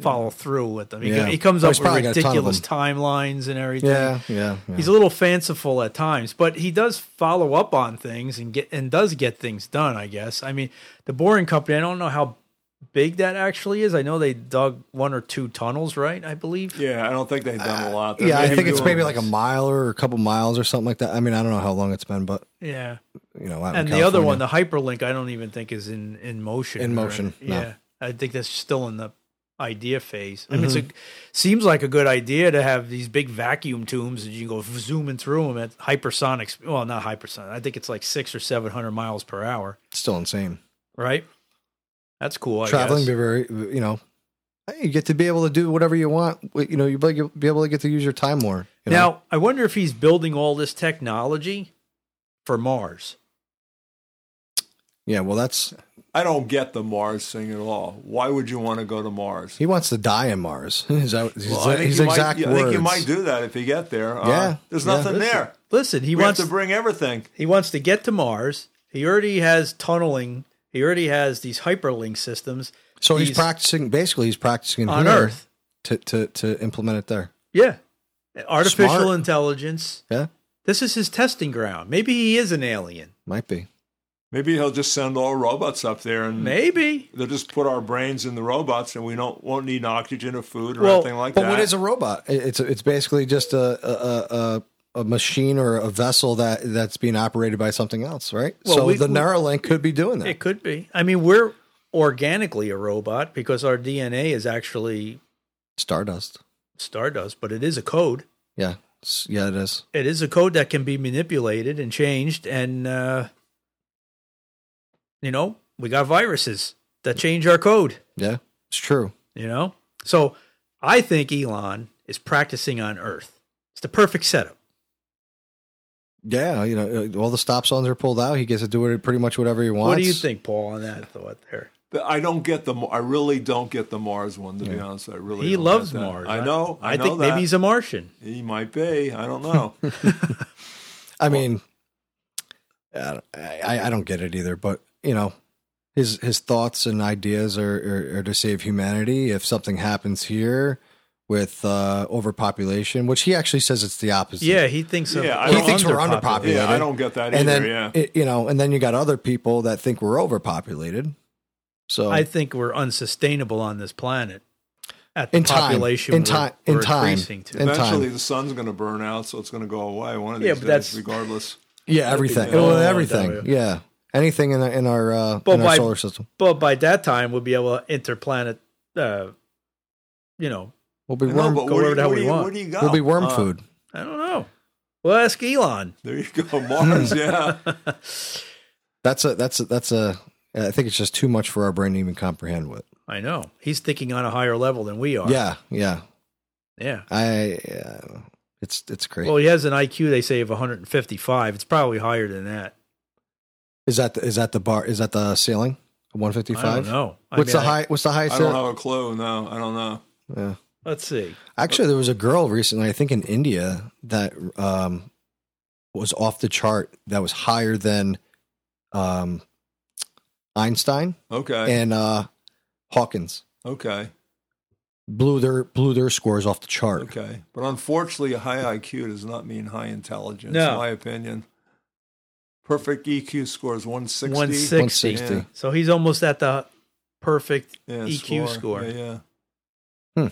follow through with them. He,
Mm. Yeah.
he comes
Well,
up
he's
with
probably got a ton of
ridiculous timelines and everything.
yeah, yeah. yeah.
He's a little fanciful at times, but he does follow up on things and get and does get things done. I guess. I mean, the Boring Company. I don't know how big that actually is. I know they dug one or two tunnels, right? I believe.
Yeah, I don't think they've done a lot. They're
Uh, yeah, I
maybe
think it's
doing
maybe like a
this.
mile or a couple miles or something like that. I mean, I don't know how long it's been, but
Yeah.
you know, out in
And the other
California.
one, the hyperlink, I don't even think is in in motion.
In
or-
motion, no.
Yeah, I think that's still in the idea phase. I mean, it's a
Mm-hmm.
seems like a good idea to have these big vacuum tubes and you can go zooming through them at hypersonic. sp- Well, not hypersonic. I think it's like six or seven hundred miles per hour.
It's still insane.
Right. That's cool. I
Traveling,
guess.
be very, you know, you get to be able to do whatever you want. You know, you be able to get to use your time more. you know?
Now, I wonder if he's building all this technology for Mars.
yeah, well, that's
I don't get the Mars thing at all. Why would you want to go to Mars?
He wants to die in Mars. His, his,
Well, I think
his
you
exact
might, I
words.
think you might do that if you get there. Uh,
Yeah.
there's
Yeah.
nothing there.
Listen, he
You have
wants
to bring everything.
He wants to get to Mars. He already has tunneling. He already has these hyperlink systems
so he's,
he's-
practicing. Basically, he's practicing
on
here
Earth.
to, to to implement it there.
Yeah. Artificial
Smart.
intelligence.
Yeah,
This is his testing ground. Maybe he is an alien.
might be.
Maybe he'll just send all robots up there and
Maybe.
they'll just put our brains in the robots and we don't won't need oxygen or food or
Well,
anything like
But
that.
what is a robot? It- It's it's basically just a a, a a machine or a vessel that that's being operated by something else, right?
Well,
so
we-
the
we-
Neuralink could be doing that.
It could be. I mean, we're organically a robot because our DNA is actually
Stardust.
stardust, but it is a code.
Yeah. S- Yeah, it is.
It is a code that can be manipulated and changed, and uh, you know we got viruses that change our code.
Yeah. It's true.
You know, so I think Elon is practicing on Earth. It's the perfect setup.
Yeah, you know, uh, all the stop signs are pulled out. He gets to do it pretty much whatever he wants.
What do you think, Paul, on that thought there?
But I don't get the. I really don't get the Mars one. To be honest, I really.
He
don't
loves
get that.
Mars.
I know. I,
I
know
think
that.
maybe he's a Martian.
He might be. I don't know.
I mean, I, don't- I I don't get it either. But you know, his his thoughts and ideas are are, are to save humanity. If something happens here with uh, overpopulation, which he actually says it's the opposite.
Yeah, he thinks. Of,
Yeah, I
we're
don't- He
thinks we're underpopulated.
yeah, I don't get that
and
either.
then
yeah.
it- you know, and then you got other people that think we're overpopulated. So
I think we're unsustainable on this planet at the
In time.
population
In
we're-
time. In
we're
time.
increasing to.
In
Eventually,
time.
the sun's going to burn out, so it's going to go away one of these
Yeah, but
days,
that's-
regardless.
yeah, everything,
Yeah.
Well,
Oh,
everything,
that way.
yeah, anything in our, in our uh, in our
by-
solar system.
But by that time, we'll be able to interplanet. Uh, you know,
We'll be
No,
worm.
but
go
where,
wherever the
do you-
hell
where
we
do you,
want.
Where do you go?
we'll be worm
Uh,
food.
I don't know. Well, ask Elon.
There you go, Mars. yeah.
That's a that's a that's a. I think it's just too much for our brain to even comprehend with.
I know he's thinking on a higher level than we are.
Yeah, yeah.
yeah.
I uh, it's it's crazy.
Well, he has an IQ they say of 155. It's probably higher than that.
is that the, is that the bar? Is that the ceiling? One fifty
I don't
five.
know. I
What's
mean,
the
I-
high? What's the highest?
I don't
ceiling?
have a clue. No, I don't know.
Yeah.
Let's see.
Actually, there was a girl recently, I think in India, that um, was off the chart. That was higher than um, Einstein
Okay.
and uh, Hawkins.
okay.
Blew their blew their scores off the chart.
Okay. But unfortunately, a high IQ does not mean high intelligence,
No.
in my opinion. Perfect E EQ scores 160.
160.
One sixty.
Yeah.
So he's almost at the perfect
Yeah,
EQ E score.
Yeah, yeah.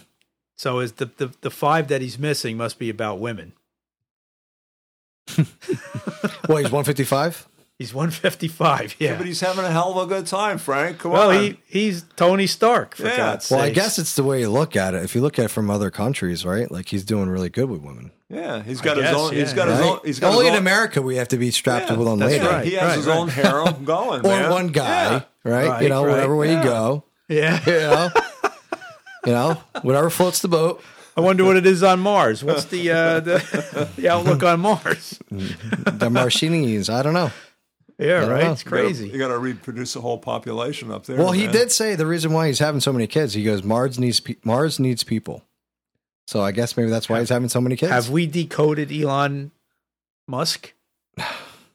So is the, the the five that he's missing must be about women.
Well, he's one fifty five.
He's 155. Yeah.
Yeah, But he's having a hell of a good time, Frank. Come
well,
on.
he he's Tony Stark for
Yeah.
God's sake.
Well, I guess it's the way you look at it. If you look at it from other countries, right? Like he's doing really good with women.
yeah, he's got his
guess,
own. He's
yeah,
got his
Right?
own. He's got
Only
his
in
own,
America we have to be strapped
Yeah,
with on
that's
lady
right. He has
Right,
his
right.
own harem going,
or
man.
one guy, right?
Right,
You know,
right,
whatever way
yeah.
you go,
yeah.
you know, you know, whatever floats the boat.
I wonder what it is on Mars. What's the uh, the, the outlook on Mars?
The Martinis, I don't know.
Yeah,
don't
right.
know.
It's
You gotta-
crazy.
You got to reproduce a whole population up there.
Well, he
man.
did say the reason why he's having so many kids. He goes, Mars needs pe- Mars needs people. So I guess maybe that's why he's having so many kids.
Have we decoded Elon Musk?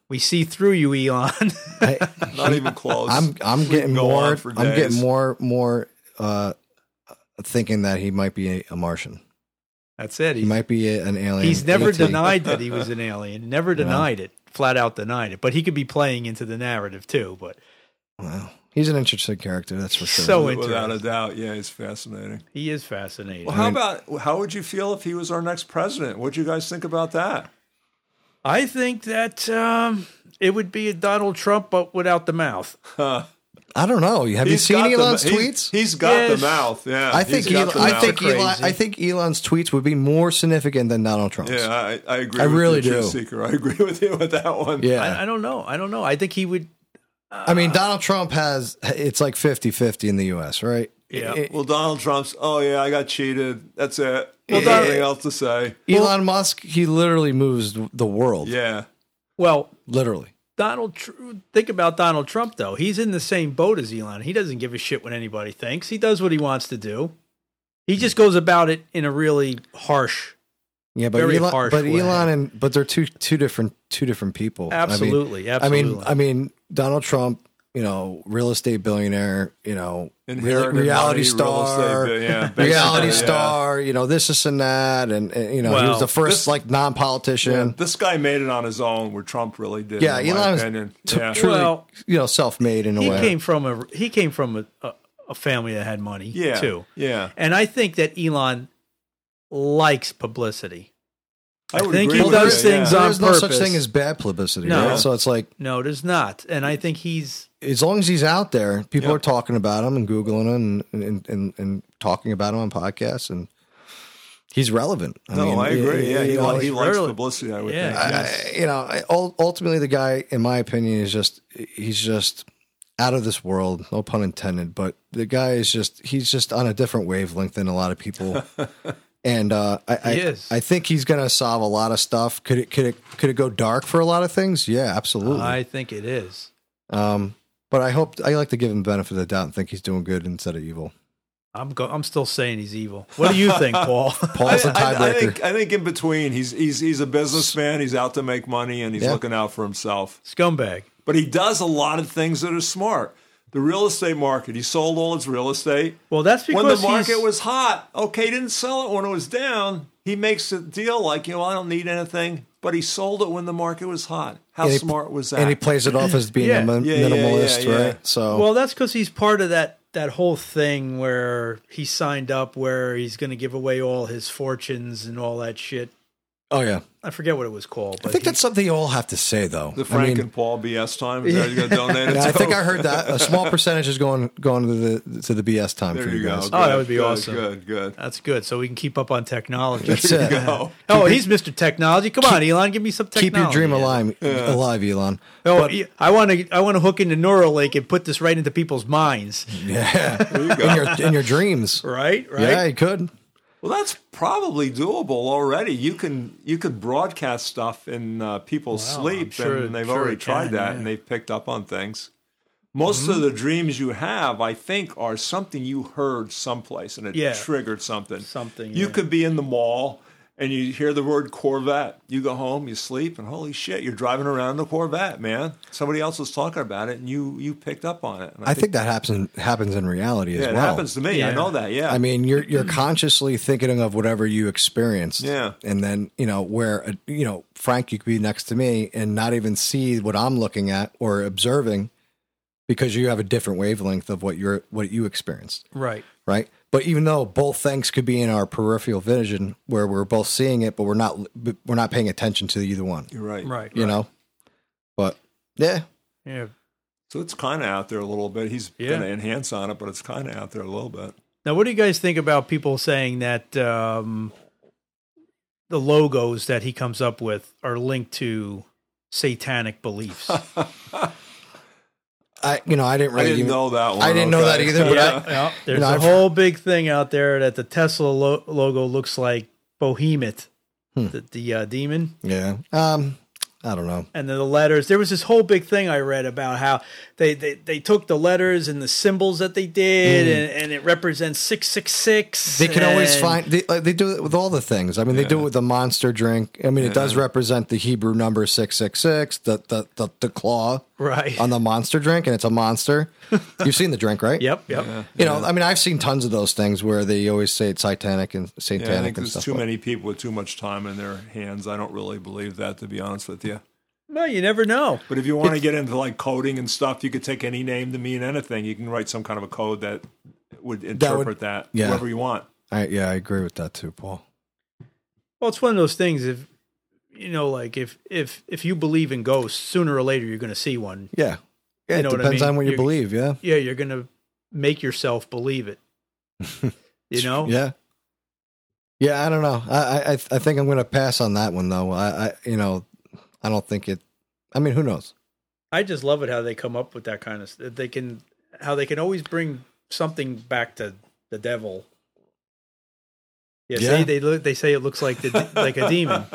We see through you, Elon.
I,
Not even close.
I'm I'm getting
go on
more
for
I'm getting
days.
more more uh, thinking that he might be a, a Martian.
That's it.
He
He's,
might be a- an alien.
he's never
ET.
denied that he was an alien. Never denied it. Flat out denied it. But he could be playing into the narrative too. But
Wow. He's an interesting character, that's for sure.
so
without a
interesting.
doubt. Yeah, he's fascinating.
He is fascinating.
Well, how about how would you feel if he was our next president? What'd you guys think about that?
I think that um, it would be a Donald Trump, but without the mouth.
I don't know. Have you
He's
seen
got the-
Elon's
he's-
tweets?
he's got
Yes.
the mouth. Yeah,
I think
he's got
Elon,
the
I
mouth.
think
Crazy.
Elon, I think Elon's tweets would be more significant than Donald Trump's.
Yeah, I, I agree.
I
with
really
you, Truth
do.
Seeker. I agree with you with that one.
Yeah.
I, I don't know. I don't know. I think he would.
I mean, Donald Trump has it's like 50-50 in the U.S., right?
Yeah.
E-
Well, Donald Trump's. Oh yeah, I got cheated. That's it. Well,
Donald-
nothing else to say.
Elon Musk, he literally moves the world,
Yeah,
Well,
literally.
Donald. Tr- think about Donald Trump though. He's in the same boat as Elon. He doesn't give a shit what anybody thinks. He does what he wants to do. He just goes about it in a really harsh.
Yeah, but
Very
Elon,
harsh
but
way.
Elon and but they're two two different two different people. I mean-
Absolutely,
I mean,
absolutely.
I mean, Donald Trump, you know, real estate billionaire, you know, re-
Inherited money,
reality
real
star,
estate, yeah, basically,
reality
yeah.
star, you know, this, this, and that, and, and, you know, he
Well,
was the first
this-
like non-politician.
this guy made it on his own. Where Trump really did.
Yeah,
in my
Elon was
opinion.
t-
yeah.
truly,
Well,
you know, self-made in a
He
way.
came from a. He came from a, a, a family that had money
yeah,
too.
yeah.
And I think that Elon likes publicity. I
would
think
agree
he
with
does
that, yeah.
things
There
on
There's no
purpose.
such thing as bad publicity,
No.
right? So it's like
no, there's not, and I think he's
as long as he's out there, people
Yep.
are talking about him and googling him and and, and and talking about him on podcasts, and he's relevant. I
no,
mean,
I agree.
you
Yeah, he,
know,
li- he
he's
likes
really-
publicity. I would
Yeah.
think.
I-
yes.
I- you know, I, ul- ultimately, the guy, in my opinion, is just he's just out of this world. No pun intended, but the guy is just he's just on a different wavelength than a lot of people. And uh, I, I,
He is.
I think he's going to solve a lot of stuff. Could it, could it, could it go dark for a lot of things? Yeah, absolutely.
I think it is.
Um, but I hope I like to give him the benefit of the doubt and think he's doing good instead of evil.
I'm go- I'm still saying he's evil. What do you think, Paul?
Paul's a
I, I
tiebreaker.
think I think in between he's he's he's a businessman. He's out to make money and he's
Yeah.
looking out for himself.
Scumbag.
But he does a lot of things that are smart. The real estate market. He sold all his real estate
Well, that's because
when the
he's-
market was hot. Okay, he didn't sell it when it was down. He makes a deal like you know I don't need anything, but he sold it when the market was hot. How
And he-
smart was that?
And he plays it off as being
Yeah.
a min-
Yeah, yeah,
minimalist,
yeah, yeah.
right? So
Well, that's because he's part of that that whole thing where he signed up, where he's going to give away all his fortunes and all that shit.
oh yeah,
I forget what it was called. But
I
he-
think that's something you all have to say though.
the Frank
I mean,
and Paul BS time. Is that you going to donate it
and I
to?
think I heard that a small percentage is going going to the to the BS time
There
for
you
you
go.
guys.
Oh, that would be
good,
awesome.
Good, good.
that's good. So we can keep up on technology.
That's it.
Go.
oh, he's Mr. Technology. Come on, Elon, give me some technology.
Keep your dream
Yeah.
alive, alive, Elon.
Oh, e- I want to. I want to hook into Neuralink and put this right into people's minds.
Yeah, in your in your dreams.
Right. Right.
Mm-hmm. Yeah, you could.
Well, that's probably doable already. You can you could broadcast stuff in uh, people's
Wow, I'm
sleep,
sure-
and they've
sure
already
it can,
tried that,
yeah. Mm-hmm.
and they've picked up on things. Most of the dreams you have, I think, are something you heard someplace, and it
Yeah.
triggered something.
Something,
You
yeah.
could be in the mall, and you hear the word Corvette. You go home, you sleep, and holy shit, you're driving around in a Corvette, man. Somebody else was talking about it, and you you picked up on it. And
I think that happens happens in reality as
yeah, it
well.
happens to me. I
Yeah.
know that. Yeah,
I mean, you're you're consciously thinking of whatever you experienced.
Yeah.
And then, you know, where uh, you know, Frank you could be next to me and not even see what I'm looking at or observing because you have a different wavelength of what you're what you experienced,
Right.
right? But even though both things could be in our peripheral vision where we're both seeing it but we're not but we're not paying attention to either one,
you're right.
Right.
you know? But yeah,
Yeah.
So it's kind of out there a little bit. He's
Yeah.
going to enhance on it, but it's kind of out there a little bit.
Now, what do you guys think about people saying that um, the logos that he comes up with are linked to satanic beliefs?
I you know, I didn't
I
really
didn't
even-
know that one.
I didn't know that
okay.
either, but I-
yeah, there's
No,
a
I've-
whole big thing out there that the Tesla lo- logo looks like Bohemoth,
Hmm.
the, the uh, demon,
Yeah. Um I don't know.
and then the letters. There was this whole big thing I read about how they they, they took the letters and the symbols that they did, and, and it represents six six six.
Hmm. They can always
and-
find they, like, they do it with all the things. I mean, they do it with the monster drink. I mean, it does represent the Hebrew number six six six, the the the, the claw
right.
on the monster drink, and it's a monster. You've seen the drink, right?
Yep, yep.
You know, I mean, I've seen tons of those things where they always say it's satanic and satanic
Yeah, I think
and
there's
stuff.
too
like-
many people with too much time in their hands. I don't really believe that, to be honest with you.
Well, you never know.
But if you want to get into like coding and stuff, you could take any name to mean anything. You can write some kind of a code that would interpret that,
yeah.
whatever you want.
I, yeah, I agree with that too, Paul.
Well, it's one of those things. If you know, like if if if you believe in ghosts, sooner or later you're going to see one.
Yeah, yeah
You
it
know what I
depends
mean?
on what you
You're-
believe. Yeah,
Yeah, you're going to make yourself believe it. you know.
yeah, yeah. I don't know. I I I I think I'm going to pass on that one though. I, I you know, I don't think it. I mean, who knows?
I just love it how they come up with that kind of. s- They can how they can always bring something back to the devil. Yeah, see,
Yeah.
they look, they say it looks like the, like a demon.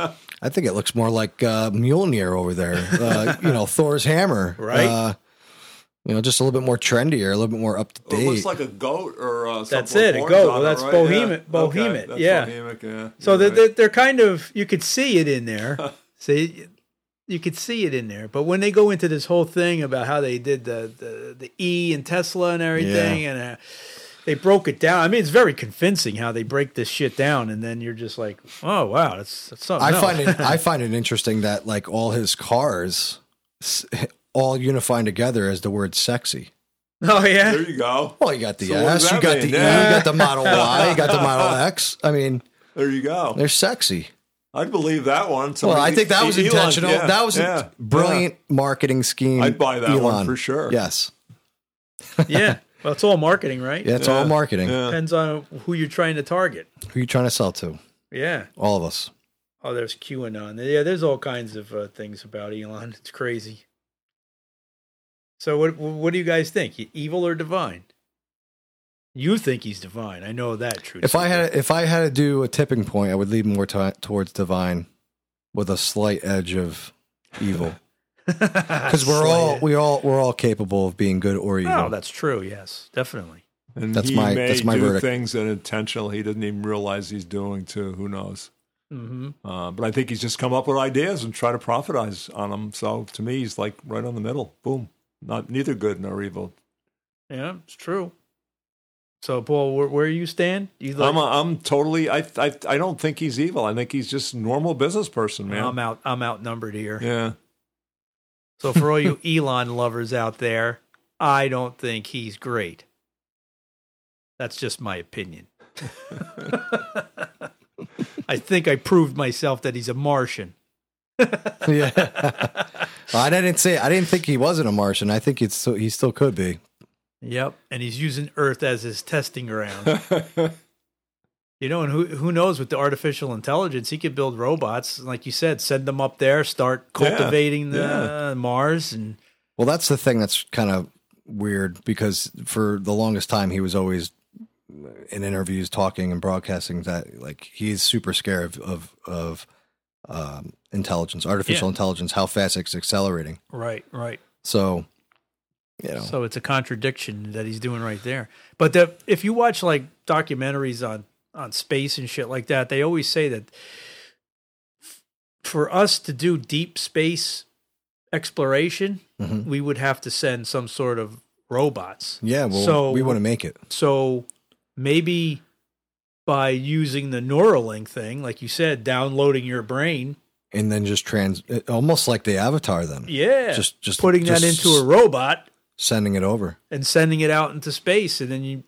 I think it looks more like uh, Mjolnir over there. Uh, you know, Thor's hammer,
Right.
Uh, you know, just a little bit more trendier, a little bit more up to
It
date.
looks like a goat or uh,
That's
something with
it, a
horns
goat.
on
Well, that's
right?
bohemian-
yeah. Okay,
bohemian,
that's
yeah.
bohemian, yeah.
So
You're
they're,
right.
they're they're kind of you could see it in there. see, you could see it in there. But when they go into this whole thing about how they did the the, the E and Tesla and everything, and uh, they broke it down. I mean, it's very convincing how they break this shit down, and then you're just like, oh wow, that's, that's something.
I
else.
find it. I find it interesting that like all his cars, s- all unifying together as the word "sexy."
oh yeah,
there you go.
Well, you got the
So what does
S, you
that
got
mean?
the E, you got the Model Y, you got the Model X. I mean,
There you go.
they're sexy.
I'd believe that one.
Well,
Somebody-
I think that was
E- Elon,
intentional.
yeah,
that was
yeah,
a brilliant marketing scheme.
I'd buy that
Elon.
one for sure.
Yes.
yeah. Well, it's all marketing, right?
Yeah, it's all
Yeah.
marketing.
Yeah.
Depends on who you're trying to target.
Who you trying to sell to?
Yeah.
All of us.
Oh, there's QAnon. Yeah, there's all kinds of uh, things about Elon. It's crazy. So, what what do you guys think? E- Evil or divine? You think he's divine? I know that. True.
If I had if I had to do a tipping point, I would lean more ti towards divine, with a slight edge of evil. Because we're all we all we're all capable of being good or evil.
Oh, that's true. Yes, definitely.
And
That's
he
my-
may
that's my
do
verdict.
things that intentionally he doesn't even realize he's doing too. Who knows?
hmm
Uh, but I think he's just come up with ideas and try to profitize on them. So to me, he's like right on the middle. Boom. Not neither good nor evil.
Yeah, it's true. So, Paul, where, where you stand? You like,
I'm I'm totally. I, I I don't think he's evil. I think he's just a normal business person, man.
I'm out. I'm outnumbered here.
yeah.
So, for all you Elon lovers out there, I don't think he's great. That's just my opinion. I think I proved myself that he's a Martian.
yeah. I didn't say I didn't think he wasn't a Martian. I think it's so he still could be.
Yep. And he's using Earth as his testing ground. you know, and who who knows with the artificial intelligence, he could build robots, like you said, send them up there, start cultivating the Mars and
Well, that's the thing that's kind of weird because for the longest time he was always in interviews talking and broadcasting that like he's super scared of of, of um, intelligence, artificial
Yeah.
intelligence, how fast it's accelerating.
Right, right.
So, you know,
So it's a contradiction that he's doing right there. But the, if you watch like documentaries on on space and shit like that, they always say that f- for us to do deep space exploration,
Mhm.
we would have to send some sort of robots.
yeah, well,
So-
we want to make it.
So maybe by using the Neuralink thing, like you said, downloading your brain,
And then just trans, almost like the Avatar, then
yeah,
Just- just-
putting that
just-
into a robot
sending it over.
and sending it out into space, and then you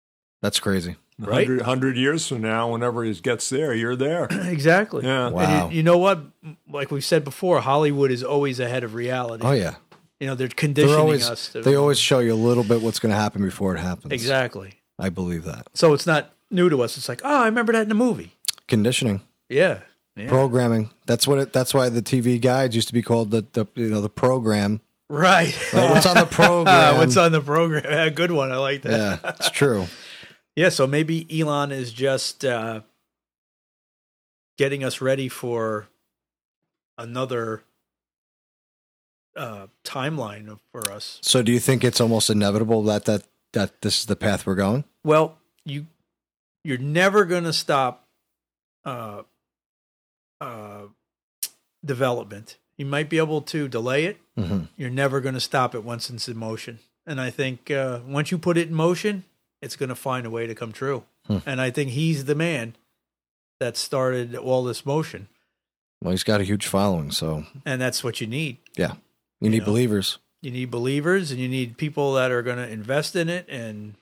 That's crazy.
Right?
100, 100 years from now, whenever he gets there, you're there.
exactly,
Yeah.
Wow.
And you, you know what? Like we've said before, Hollywood is always ahead of reality.
Oh yeah,
You know, they're
they're
conditioning us.
always
To,
they always show you a little bit what's going to happen before it happens.
exactly.
I believe that
So it's not new to us. It's like, oh, I remember that in the movie.
conditioning.
Yeah. yeah.
programming. That's what it. That's why the TV guides used to be called the, the you know the program.
right.
Right? What's on the
Ah,
program?
what's on the program? Yeah, Good one. I like that.
Yeah, it's true.
Yeah. So maybe Elon is just uh, getting us ready for another uh, timeline for us.
So, do you think it's almost inevitable that that that this is the path we're going?
Well, you you're never going to stop uh, uh, development. You might be able to delay it.
hmm
You're never going to stop it once it's in motion. And I think uh, once you put it in motion, it's going to find a way to come true.
Hmm.
And I think he's the man that started all this motion,
Well, he's got a huge following, so
and that's what you need.
yeah, you need
know.
believers.
You need believers, and you need people that are going to invest in it and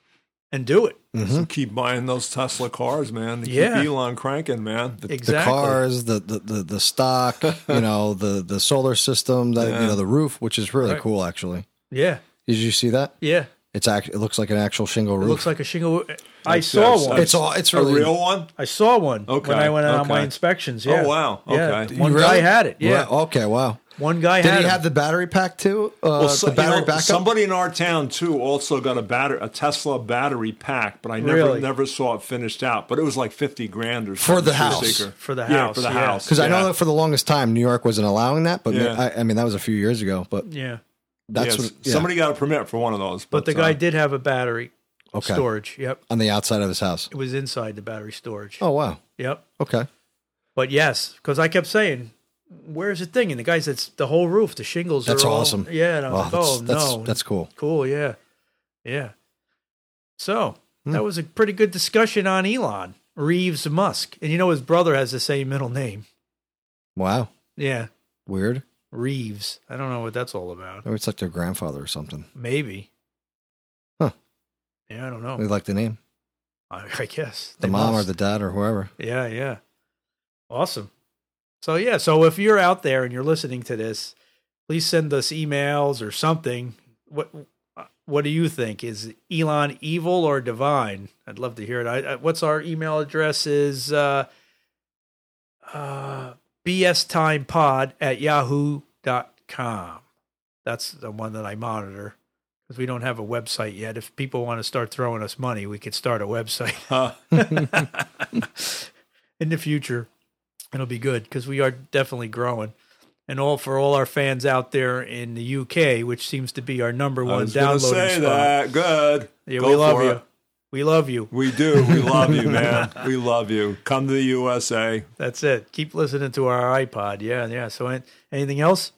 and do it.
So keep buying those Tesla cars, man. To
Mm-hmm. Yeah.
Keep Elon cranking, man. The-
Exactly.
The cars, the, the the the stock, you know, the the solar system, the you know, the roof, which is really
Right.
cool actually.
Yeah.
Did you see that?
Yeah.
It's act. It looks like an actual shingle
It
roof.
looks like a shingle. I
That's-
saw
that's-
one.
it's all. It's
a
really
real one?
I saw one
Okay,
when I went on
okay.
my inspections.
Oh,
Yeah.
wow,
Yeah,
okay.
One
You
guy
really-
had it. Yeah.
Right, okay. Wow.
One guy
Did
had
he
it.
have the battery pack too? Uh,
so-
the
you
battery
know,
backup.
Somebody in our town too also got a batter a Tesla battery pack, but I never
Really?
never saw it finished out. But it was like fifty grand or
For the
something,
house.
sticker.
For the
yeah,
house,
for the
yeah.
house.
Because I know
yeah.
that for the longest time, New York wasn't allowing that. But
Yeah.
I, I mean, that was a few years ago. But
yeah.
that's
Yes.
what yeah,
somebody got a permit for one of those.
But the
uh,
guy did have a battery
Okay.
storage. Yep.
on the outside of his house.
It was inside the battery storage.
Oh wow.
Yep.
Okay.
But yes, because I kept saying, "Where's the thing?" And the guy said, "It's "The whole roof, the shingles
That's
are all-
awesome.
Yeah. And I was
Oh,
like,
that's,
"Oh
that's,
no,
that's cool.
cool. Yeah, yeah." So
Hmm.
that was a pretty good discussion on Elon Reeves Musk, and you know his brother has the same middle name.
Wow.
Yeah,
Weird.
Reeves. I don't know what that's all about.
Maybe it's like their grandfather or something.
Maybe.
Huh.
Yeah, I don't
They
know.
like the name,
I, I guess Oh.
the
They
mom or
must.
the dad or whoever.
Yeah, yeah. Awesome. So yeah, so if you're out there and you're listening to this, please send us emails or something. What what do you think? Is Elon evil or divine? I'd love to hear it. I, I, what's our email address? Is uh, uh, bstimepod at yahoo.com. That's the one that I monitor because we don't have a website yet. If people want to start throwing us money, we could start a website
Huh.
in the future. It'll be good because we are definitely growing. And all for all our fans out there in the UK, which seems to be our number
I
one
was gonna
downloading
say
spot.
that. Good.
Yeah,
Go
we love
for
you.
it.
We love you.
We do. We love you, man. We love you. Come to the USA.
That's it. Keep listening to our iPod. Yeah, yeah. So an- anything else?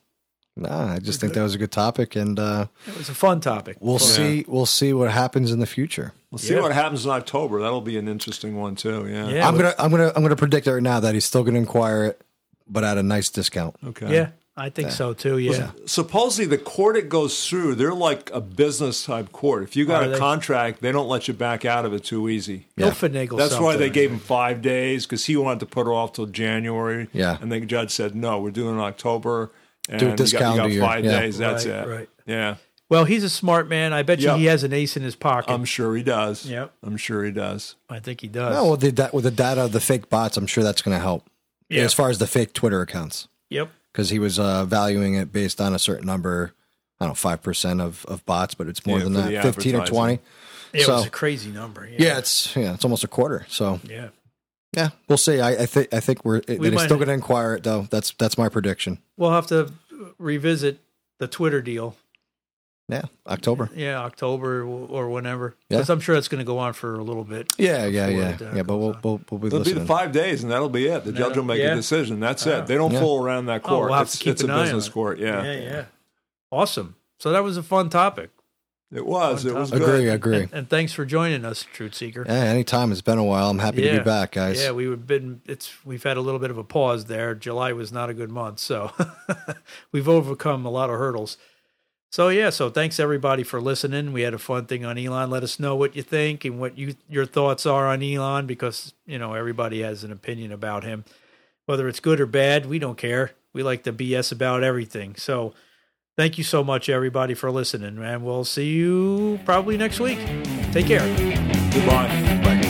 Nah, I just think that was a good topic, and uh,
It was a fun topic.
we'll see. We'll see what happens in the future.
We'll see
Yeah.
what happens in October. That'll be an interesting one too. Yeah.
Yeah,
I'm
but-
gonna, I'm gonna, I'm gonna predict right now that he's still gonna inquire it, but at a nice discount.
Okay.
yeah, I think so too. Yeah.
Supposedly the court it goes through, they're like a business type court. If you got
Are
a
they?
contract, they don't let you back out of it too easy.
He'll
Yeah.
finagle
That's why they
something.
gave him five days because he wanted to put it off till January.
Yeah.
And the judge said, no, we're doing it in October. And
Do it this
you got, you
calendar
got
year.
five
Yeah.
days. That's
Right,
it.
right.
Yeah.
Well, he's a smart man. I bet you
Yeah. Um,
he has an ace in his pocket.
I'm sure he does.
Yep.
I'm sure he does.
I think he does.
Oh, well, the, da- with the data of the fake bots, I'm sure that's gonna help.
Yeah.
As far as the fake Twitter accounts,
Yep.
because he was uh, valuing it based on a certain number. I don't know five percent of of bots, but it's more
Yeah,
than
for
that,
the
fifteen or
advertising.
twenty.
It
So-
was a crazy number. Yeah.
Yeah, it's yeah, it's almost a quarter. So
Yeah.
yeah, we'll see. I, I think I think we're that he's
might-
still gonna inquire it though. That's that's my prediction.
We'll have to revisit the Twitter deal.
Yeah, October.
Yeah, October w- or whenever.
Yeah.
Because I'm sure it's going to go on for a little bit.
Yeah, yeah,
Before
yeah,
it, uh,
yeah. But we'll we'll, we'll be
It'll be
listening.
the five days, and that'll be it. The judge
That'll-
will make
yeah.
a decision. That's it. They don't
Yeah.
fool around that
Oh,
court.
we'll have
it's
to keep
it's
an
a
eye on
business
it.
court. Yeah.
yeah. Awesome. So that was a fun topic.
It was. It was
Fun
good.
agree, agree.
And, and thanks for joining us, Truth Seeker.
Yeah, anytime. It's been a while. I'm happy to be back, guys.
Yeah, we have been it's we've had a little bit of a pause there. July was not a good month, so we've overcome a lot of hurdles. So yeah, so thanks everybody for listening. We had a fun thing on Elon. Let us know what you think and what you your thoughts are on Elon because, you know, everybody has an opinion about him. Whether it's good or bad, we don't care. We like to BS about everything. So thank you so much everybody for listening, and we'll see you probably next week. Take care.
Goodbye. Bye.